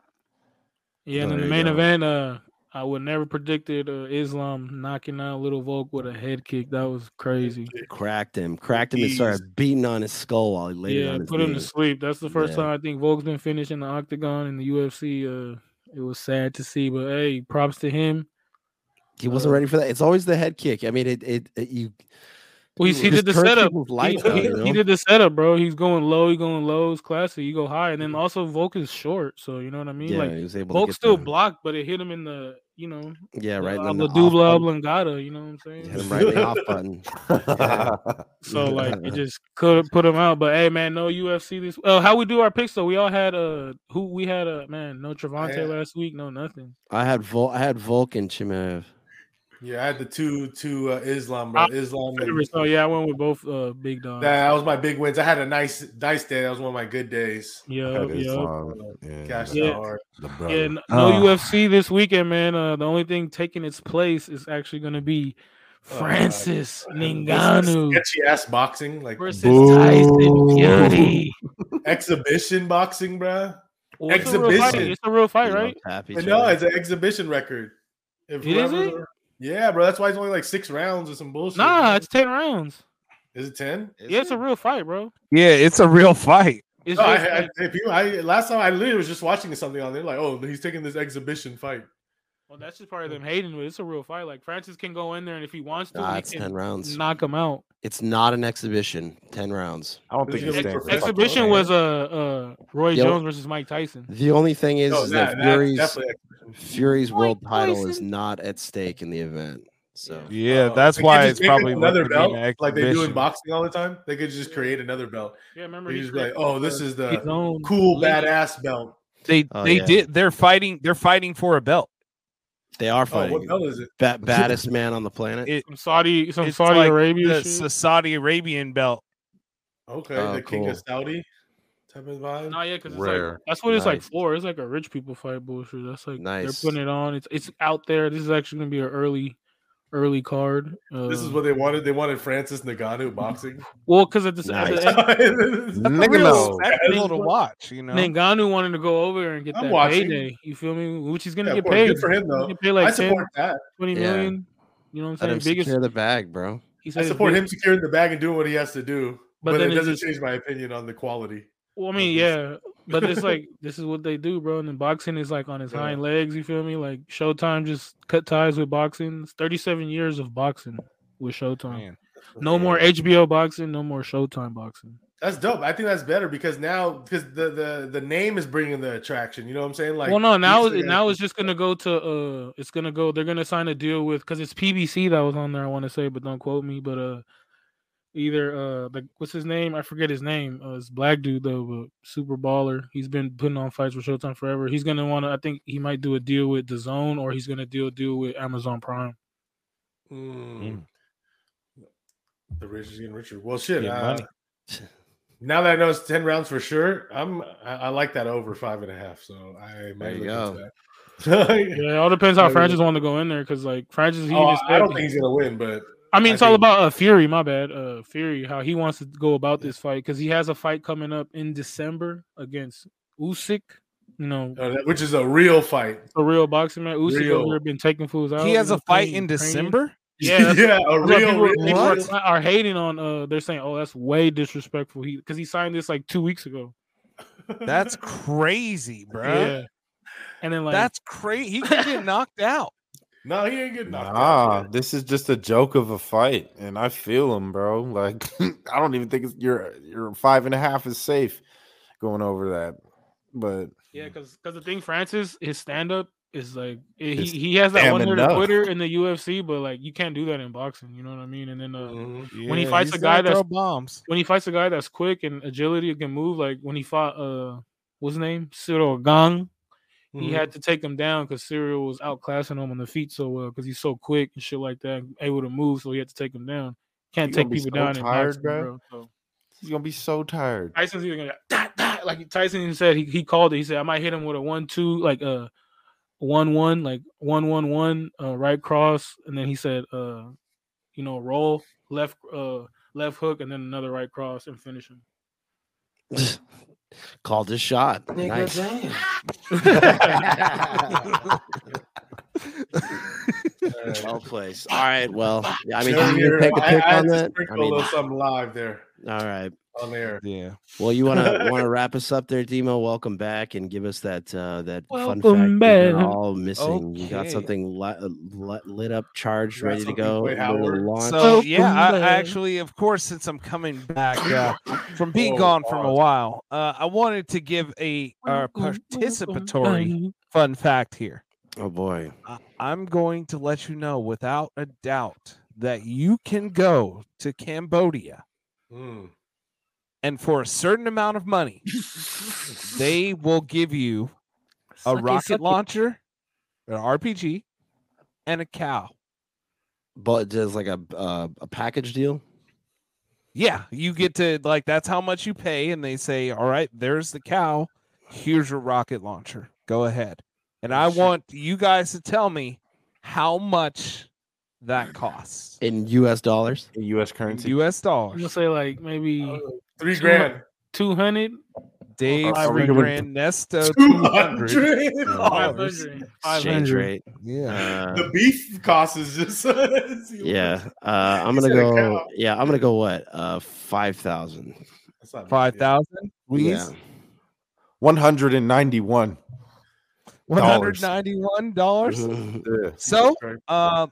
yeah. And There then the you main go. event, uh, I would never predicted uh, Islam knocking out Little Volk with a head kick. That was crazy. cracked him, cracked him, and started beating on his skull while he laid it yeah, on his put him to knees. sleep. That's the first Yeah. time I think Volk's been finished in the octagon in the UFC. Uh, it was sad to see, but hey, props to him. He wasn't uh ready for that. It's always the head kick. I mean, it it, it you. Well, he's, he just did the turns setup. people's He- lights he, out, you he know? did the setup, bro. He's going low. He's going low. It's classy. You go high, and then also Volk is short, so you know what I mean. Yeah, like he was able. to Volk get still the- blocked, but it hit him in the you know Yeah, the right. in the obla off dubla button. oblongata. You know what I'm saying? Hit him right in the off button. So like it just could put him out. But hey man, no UFC this. Oh, how we do our picks though? We all had uh who we had uh man no Travante had- last week, no nothing. I had Vol. I had Vulcan Chimaev. Yeah, I had the two two uh, Islam, bro. Ah, Islam. and- So yeah, I went with both uh big dogs. that, that was my big wins. I had a nice nice day. That was one of my good days. yeah, That is yeah. fine. Yeah, Cashed Yeah. out hard. The Yeah, n- no Ah. UFC this weekend, man. Uh, the only thing taking its place is actually going to be Oh, God. Francis And this- this Ngannou sketchy ass boxing, like versus Boo. Tyson Fury. exhibition boxing, bruh. Well, it's a real fight, Exhibition. It's a real fight, You know, right? tap each But no, other. it's an exhibition record. If It is whoever- Yeah, bro. That's why it's only like six rounds or some bullshit. Nah, it's ten rounds. is it ten? yeah, it's a real fight, bro. yeah, it's a real fight. It's No, I, just I, like- if you, I last time I literally was just watching something on there, like, oh, he's taking this exhibition fight. well, that's just part of them hating, but it's a real fight. Like Francis can go in there, and if he wants to, Nah, he it's can ten rounds. knock him out. It's not an exhibition. Ten rounds. I don't think it's Ex- Ex- Stanford. exhibition was uh, uh Roy Yeah, Jones versus Mike Tyson. The only thing is, No, is that- that, that- Fury's definitely- Fury's Mike world title is Tyson. not at stake in the event. So Uh, Yeah, Oh, that's they could why just it's make it probably another worth it being belt, an like they do in exhibition. boxing all the time. They could just create another belt. Yeah, remember He's created, like, oh, this uh, is his the own cool league. badass belt. They Oh, they yeah. did. They're fighting. They're fighting for a belt. they are Oh, what fighting belt is it? Ba- baddest man on the planet. It- some Saudi, some It's Saudi like Arabia. the, shit. the Saudi Arabian belt. Okay, Oh, the King of cool. Saudi type of vibe. Not yet, because Rare. like, that's what it's like Nice. for. It's like a rich people fight bullshit. That's like Nice. they're putting it on. It's it's out there. This is actually gonna be an early, early card. Uh, This is what they wanted. They wanted Francis Naganu boxing. well, because at, this- at Nice. the end, That's a Nigga, real no. that's cool to Ngannou- watch. You know, Ngannou wanted to go over there and get I'm that watching. payday. You feel me? Which he's gonna Yeah, of get course. paid. Good for him, He's though. gonna get paid I like 10, support that. 20 Yeah. million. You know what Let I'm him saying? Biggest. secure the bag, bro. He said I his support him biggest- securing the bag and doing what he has to do. But But, then it it doesn't just- change my opinion on the quality. Well, I mean, yeah, but it's like this is what they do, bro. And then boxing is like on his Yeah. hind legs. You feel me? Like Showtime just cut ties with boxing. It's Thirty-seven years of boxing with Showtime. Man. No more HBO boxing. No more Showtime boxing. That's dope. I think that's better because now because the the the name is bringing the attraction. You know what I'm saying? Like, well, no, now you it, still now gotta- it's just gonna go to uh, it's gonna go. They're gonna sign a deal with because it's PBC that was on there. I want to say, but don't quote me. But uh, either uh, like what's his name? I forget his name. Uh, it's black dude though, but super baller. He's been putting on fights with Showtime forever. He's gonna want to. I think he might do a deal with the Zone, or he's gonna do a deal with Amazon Prime. Mm. The rich is getting richer. Well, shit. Get Uh, money. now that I know it's ten rounds for sure, I'm I, I like that over five and a half. So I might you look into go. that. oh, Yeah, it all depends how Maybe. Francis want to go in there because like Francis, he just Oh, I don't think he's gonna win, but I mean, I it's all think- about uh, Fury. My bad, uh, Fury. How he wants to go about this fight because he has a fight coming up in December against Usyk. You know, uh, that- which is a real fight. a real boxing man. Usyk Real. over there been taking fools out. He has you a know, fight training- in training. December. Yeah, that's- yeah, a that's why real. people, real people are, fight. are- are hating on. Uh, they're saying, "Oh, that's way disrespectful." He because he signed this like two weeks ago. That's crazy, bro. Yeah, and then like That's crazy. He could get knocked out. no, he ain't getting knocked Nah, out. this is just a joke of a fight, and I feel him, bro. Like I don't even think it's, your your five and a half is safe going over that. But Yeah, because the thing, Francis, his stand up is like eh, he, It's he has that damn one hitter enough. Twitter in the UFC, but like you can't do that in boxing. You know what I mean? And then uh, When he Mm, Yeah, fights he's a guy gonna that's- throw bombs. when he fights a guy that's quick and agility and can move, like when he fought uh what's his name Cyril Gang, he mm-hmm. Mm-hmm. had to take him down because Cyril was outclassing him on the feet so well because he's so quick and shit like that, able to move, so he had to take him down. Can't He gonna take be people so down. in tired, boxing, bro. bro, so. he's gonna be so tired. Tyson's either gonna dot, dot, like Tyson even said he, he called it. He said I might hit him with a one two like uh one one like one one one uh, right cross and then he said uh you know roll left uh left hook and then another right cross and finish him. Called his shot. Nice. well placed. All right. Well, yeah, I mean, Sure, can you you're- take a I- pick I had on to that? I sprinkle mean, a little something live there all right. on the air. Yeah. Well, you want to want to wrap us up there, Demo. Welcome back and give us that uh, that fun fact Welcome we've been back. all missing. You got Okay. something li- uh, li- lit up, charged, You got ready to something go. lit, We're gonna Howard? launch- So yeah, I, I Welcome actually, of course, since I'm coming back uh, from being Oh, gone from a God. while, uh, I wanted to give a uh, participatory fun fact here. oh boy, I- I'm going to let you know without a doubt that you can go to Cambodia Mm. and for a certain amount of money, they will give you a Suck it, rocket suck it. launcher, an RPG, and a cow. but does like a uh, a package deal? Yeah, you get to like that's how much you pay, and they say, All right, there's the cow, here's your rocket launcher. Go ahead. And I want you guys to tell me how much that costs. in U.S. dollars. In U.S. in currency. US I'm gonna dollars. say like maybe Oh, Three Two grand. two hundred. Dave Are we from doing- Grand Nesto. 200. 200. Dollars. Exchange 500. rate. Yeah. Uh, Oh, The beef cost is just. yeah, uh, I'm gonna He said a go. cow. Yeah, I'm gonna go. What? Uh, five thousand. That's not bad, Five yeah. thousand, Yeah. please. One hundred and ninety-one. One hundred ninety-one dollars. Mhm. Yeah. So, Right. uh,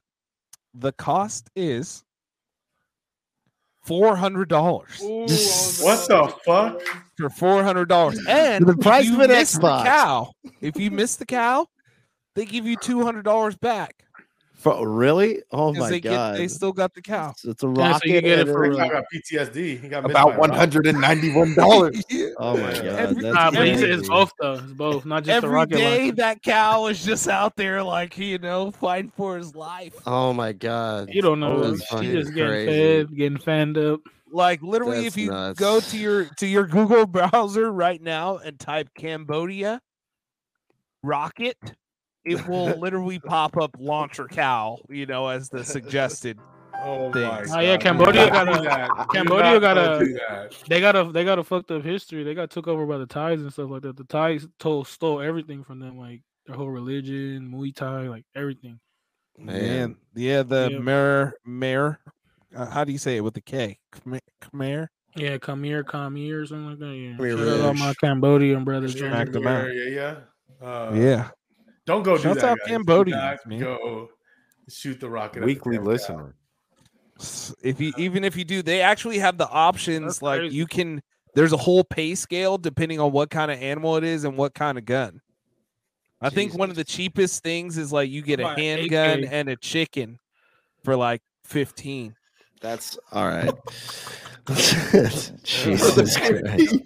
the cost is four hundred dollars What the fuck? for four hundred dollars, and The if price you of an miss the Xbox. cow. If you miss the cow, they give you two hundred dollars back For, really? Oh because my they god! get they still got the cow. it's, it's a Yeah, rocket. so you get it and a- for, He got PTSD. He got About midlife. one hundred and ninety-one dollars. oh my Yeah. god! Every- that's Nah, but he crazy. said it's both though. It's both, not just the Every rocket day, launcher. that cow is just out there, like you know, fighting for his life. Oh my god! You don't Oh, know. that's She fucking just getting crazy. fed, getting fanned up. Like literally, That's if you nuts. go to your to your Google browser right now and type Cambodia rocket, it will literally pop up launcher cow. You know, as the suggested. Oh my things. God. Oh, yeah, Cambodia Do got not a- do that. Do Cambodia not got go a- do that. They got a they got a fucked up history. They got took over by the Thais and stuff like that. The Thais told stole everything from them, like their whole religion, Muay Thai, like everything. Man. yeah, the Yeah. Khmer Khmer. Uh, how do you say it with the K? Khmer. Khmer? Yeah, come here, come here, or something like that. Yeah. Khmer Shout out all Rouge. my Cambodian brothers. Restricted Smack man. them out. Yeah, yeah. Uh, yeah, Don't go Shouts do that. out guys. Do Cambodians, not man. Go shoot the rocket. at the Weekly damn cow. listener. S- if you even if you do, they actually have the options. That's like crazy. you can. There's a whole pay scale depending on what kind of animal it is and what kind of gun. I think one of the cheapest things is like you get a Buy an handgun AK. and a chicken for like fifteen. That's all right. Jesus Christ.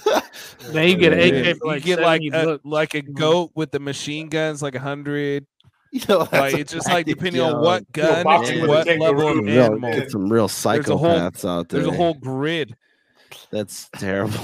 Then you get an Yeah. AK you for like get like 70 a, bucks. like a Mhm. goat with the machine guns like a hundred. You know, that's Like a it's just like package depending deal. on what a gun boxing and with a what kangaroo. level of Some real- animal. Get some real a whole- psychopaths out there. There's a whole grid. That's terrible.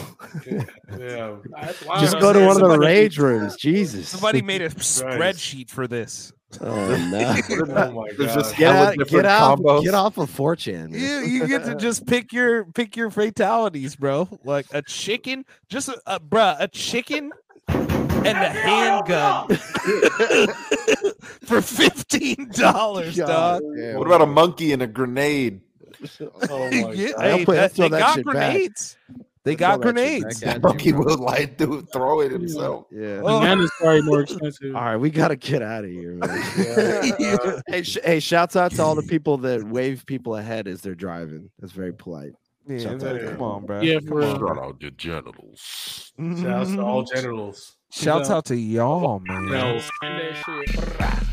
Yeah. That's Uh, why Just I'm go to saying one of the somebody- rage rooms. Jesus. Somebody made a spreadsheet for this. Oh no. Oh my There's god. just Get hella out, get different out, combos. get off of 4chan. man. You, you get to just pick your pick your fatalities, bro. Like a chicken, just a, a bruh, a chicken and a handgun for fifteen dollars, God dog. damn. What about a monkey and a grenade? Oh my Yeah, god. I'll hey, put- I'll that- throw they that got shit back. grenades. They Throw got that shit grenades. back at Monkey you, bro. will light through, throw it himself. Yeah. Oh. Bananas probably more expensive. All right, we gotta get out of here, man. Yeah. hey, sh- hey, shouts out to all the people that wave people ahead as they're driving. That's very polite. Yeah, Shut man, up. come on, bro. Yeah, for real. Uh, Shut out your genitals. Shouts to all generals. Shouts out to y'all, man. Generals. Send that shit.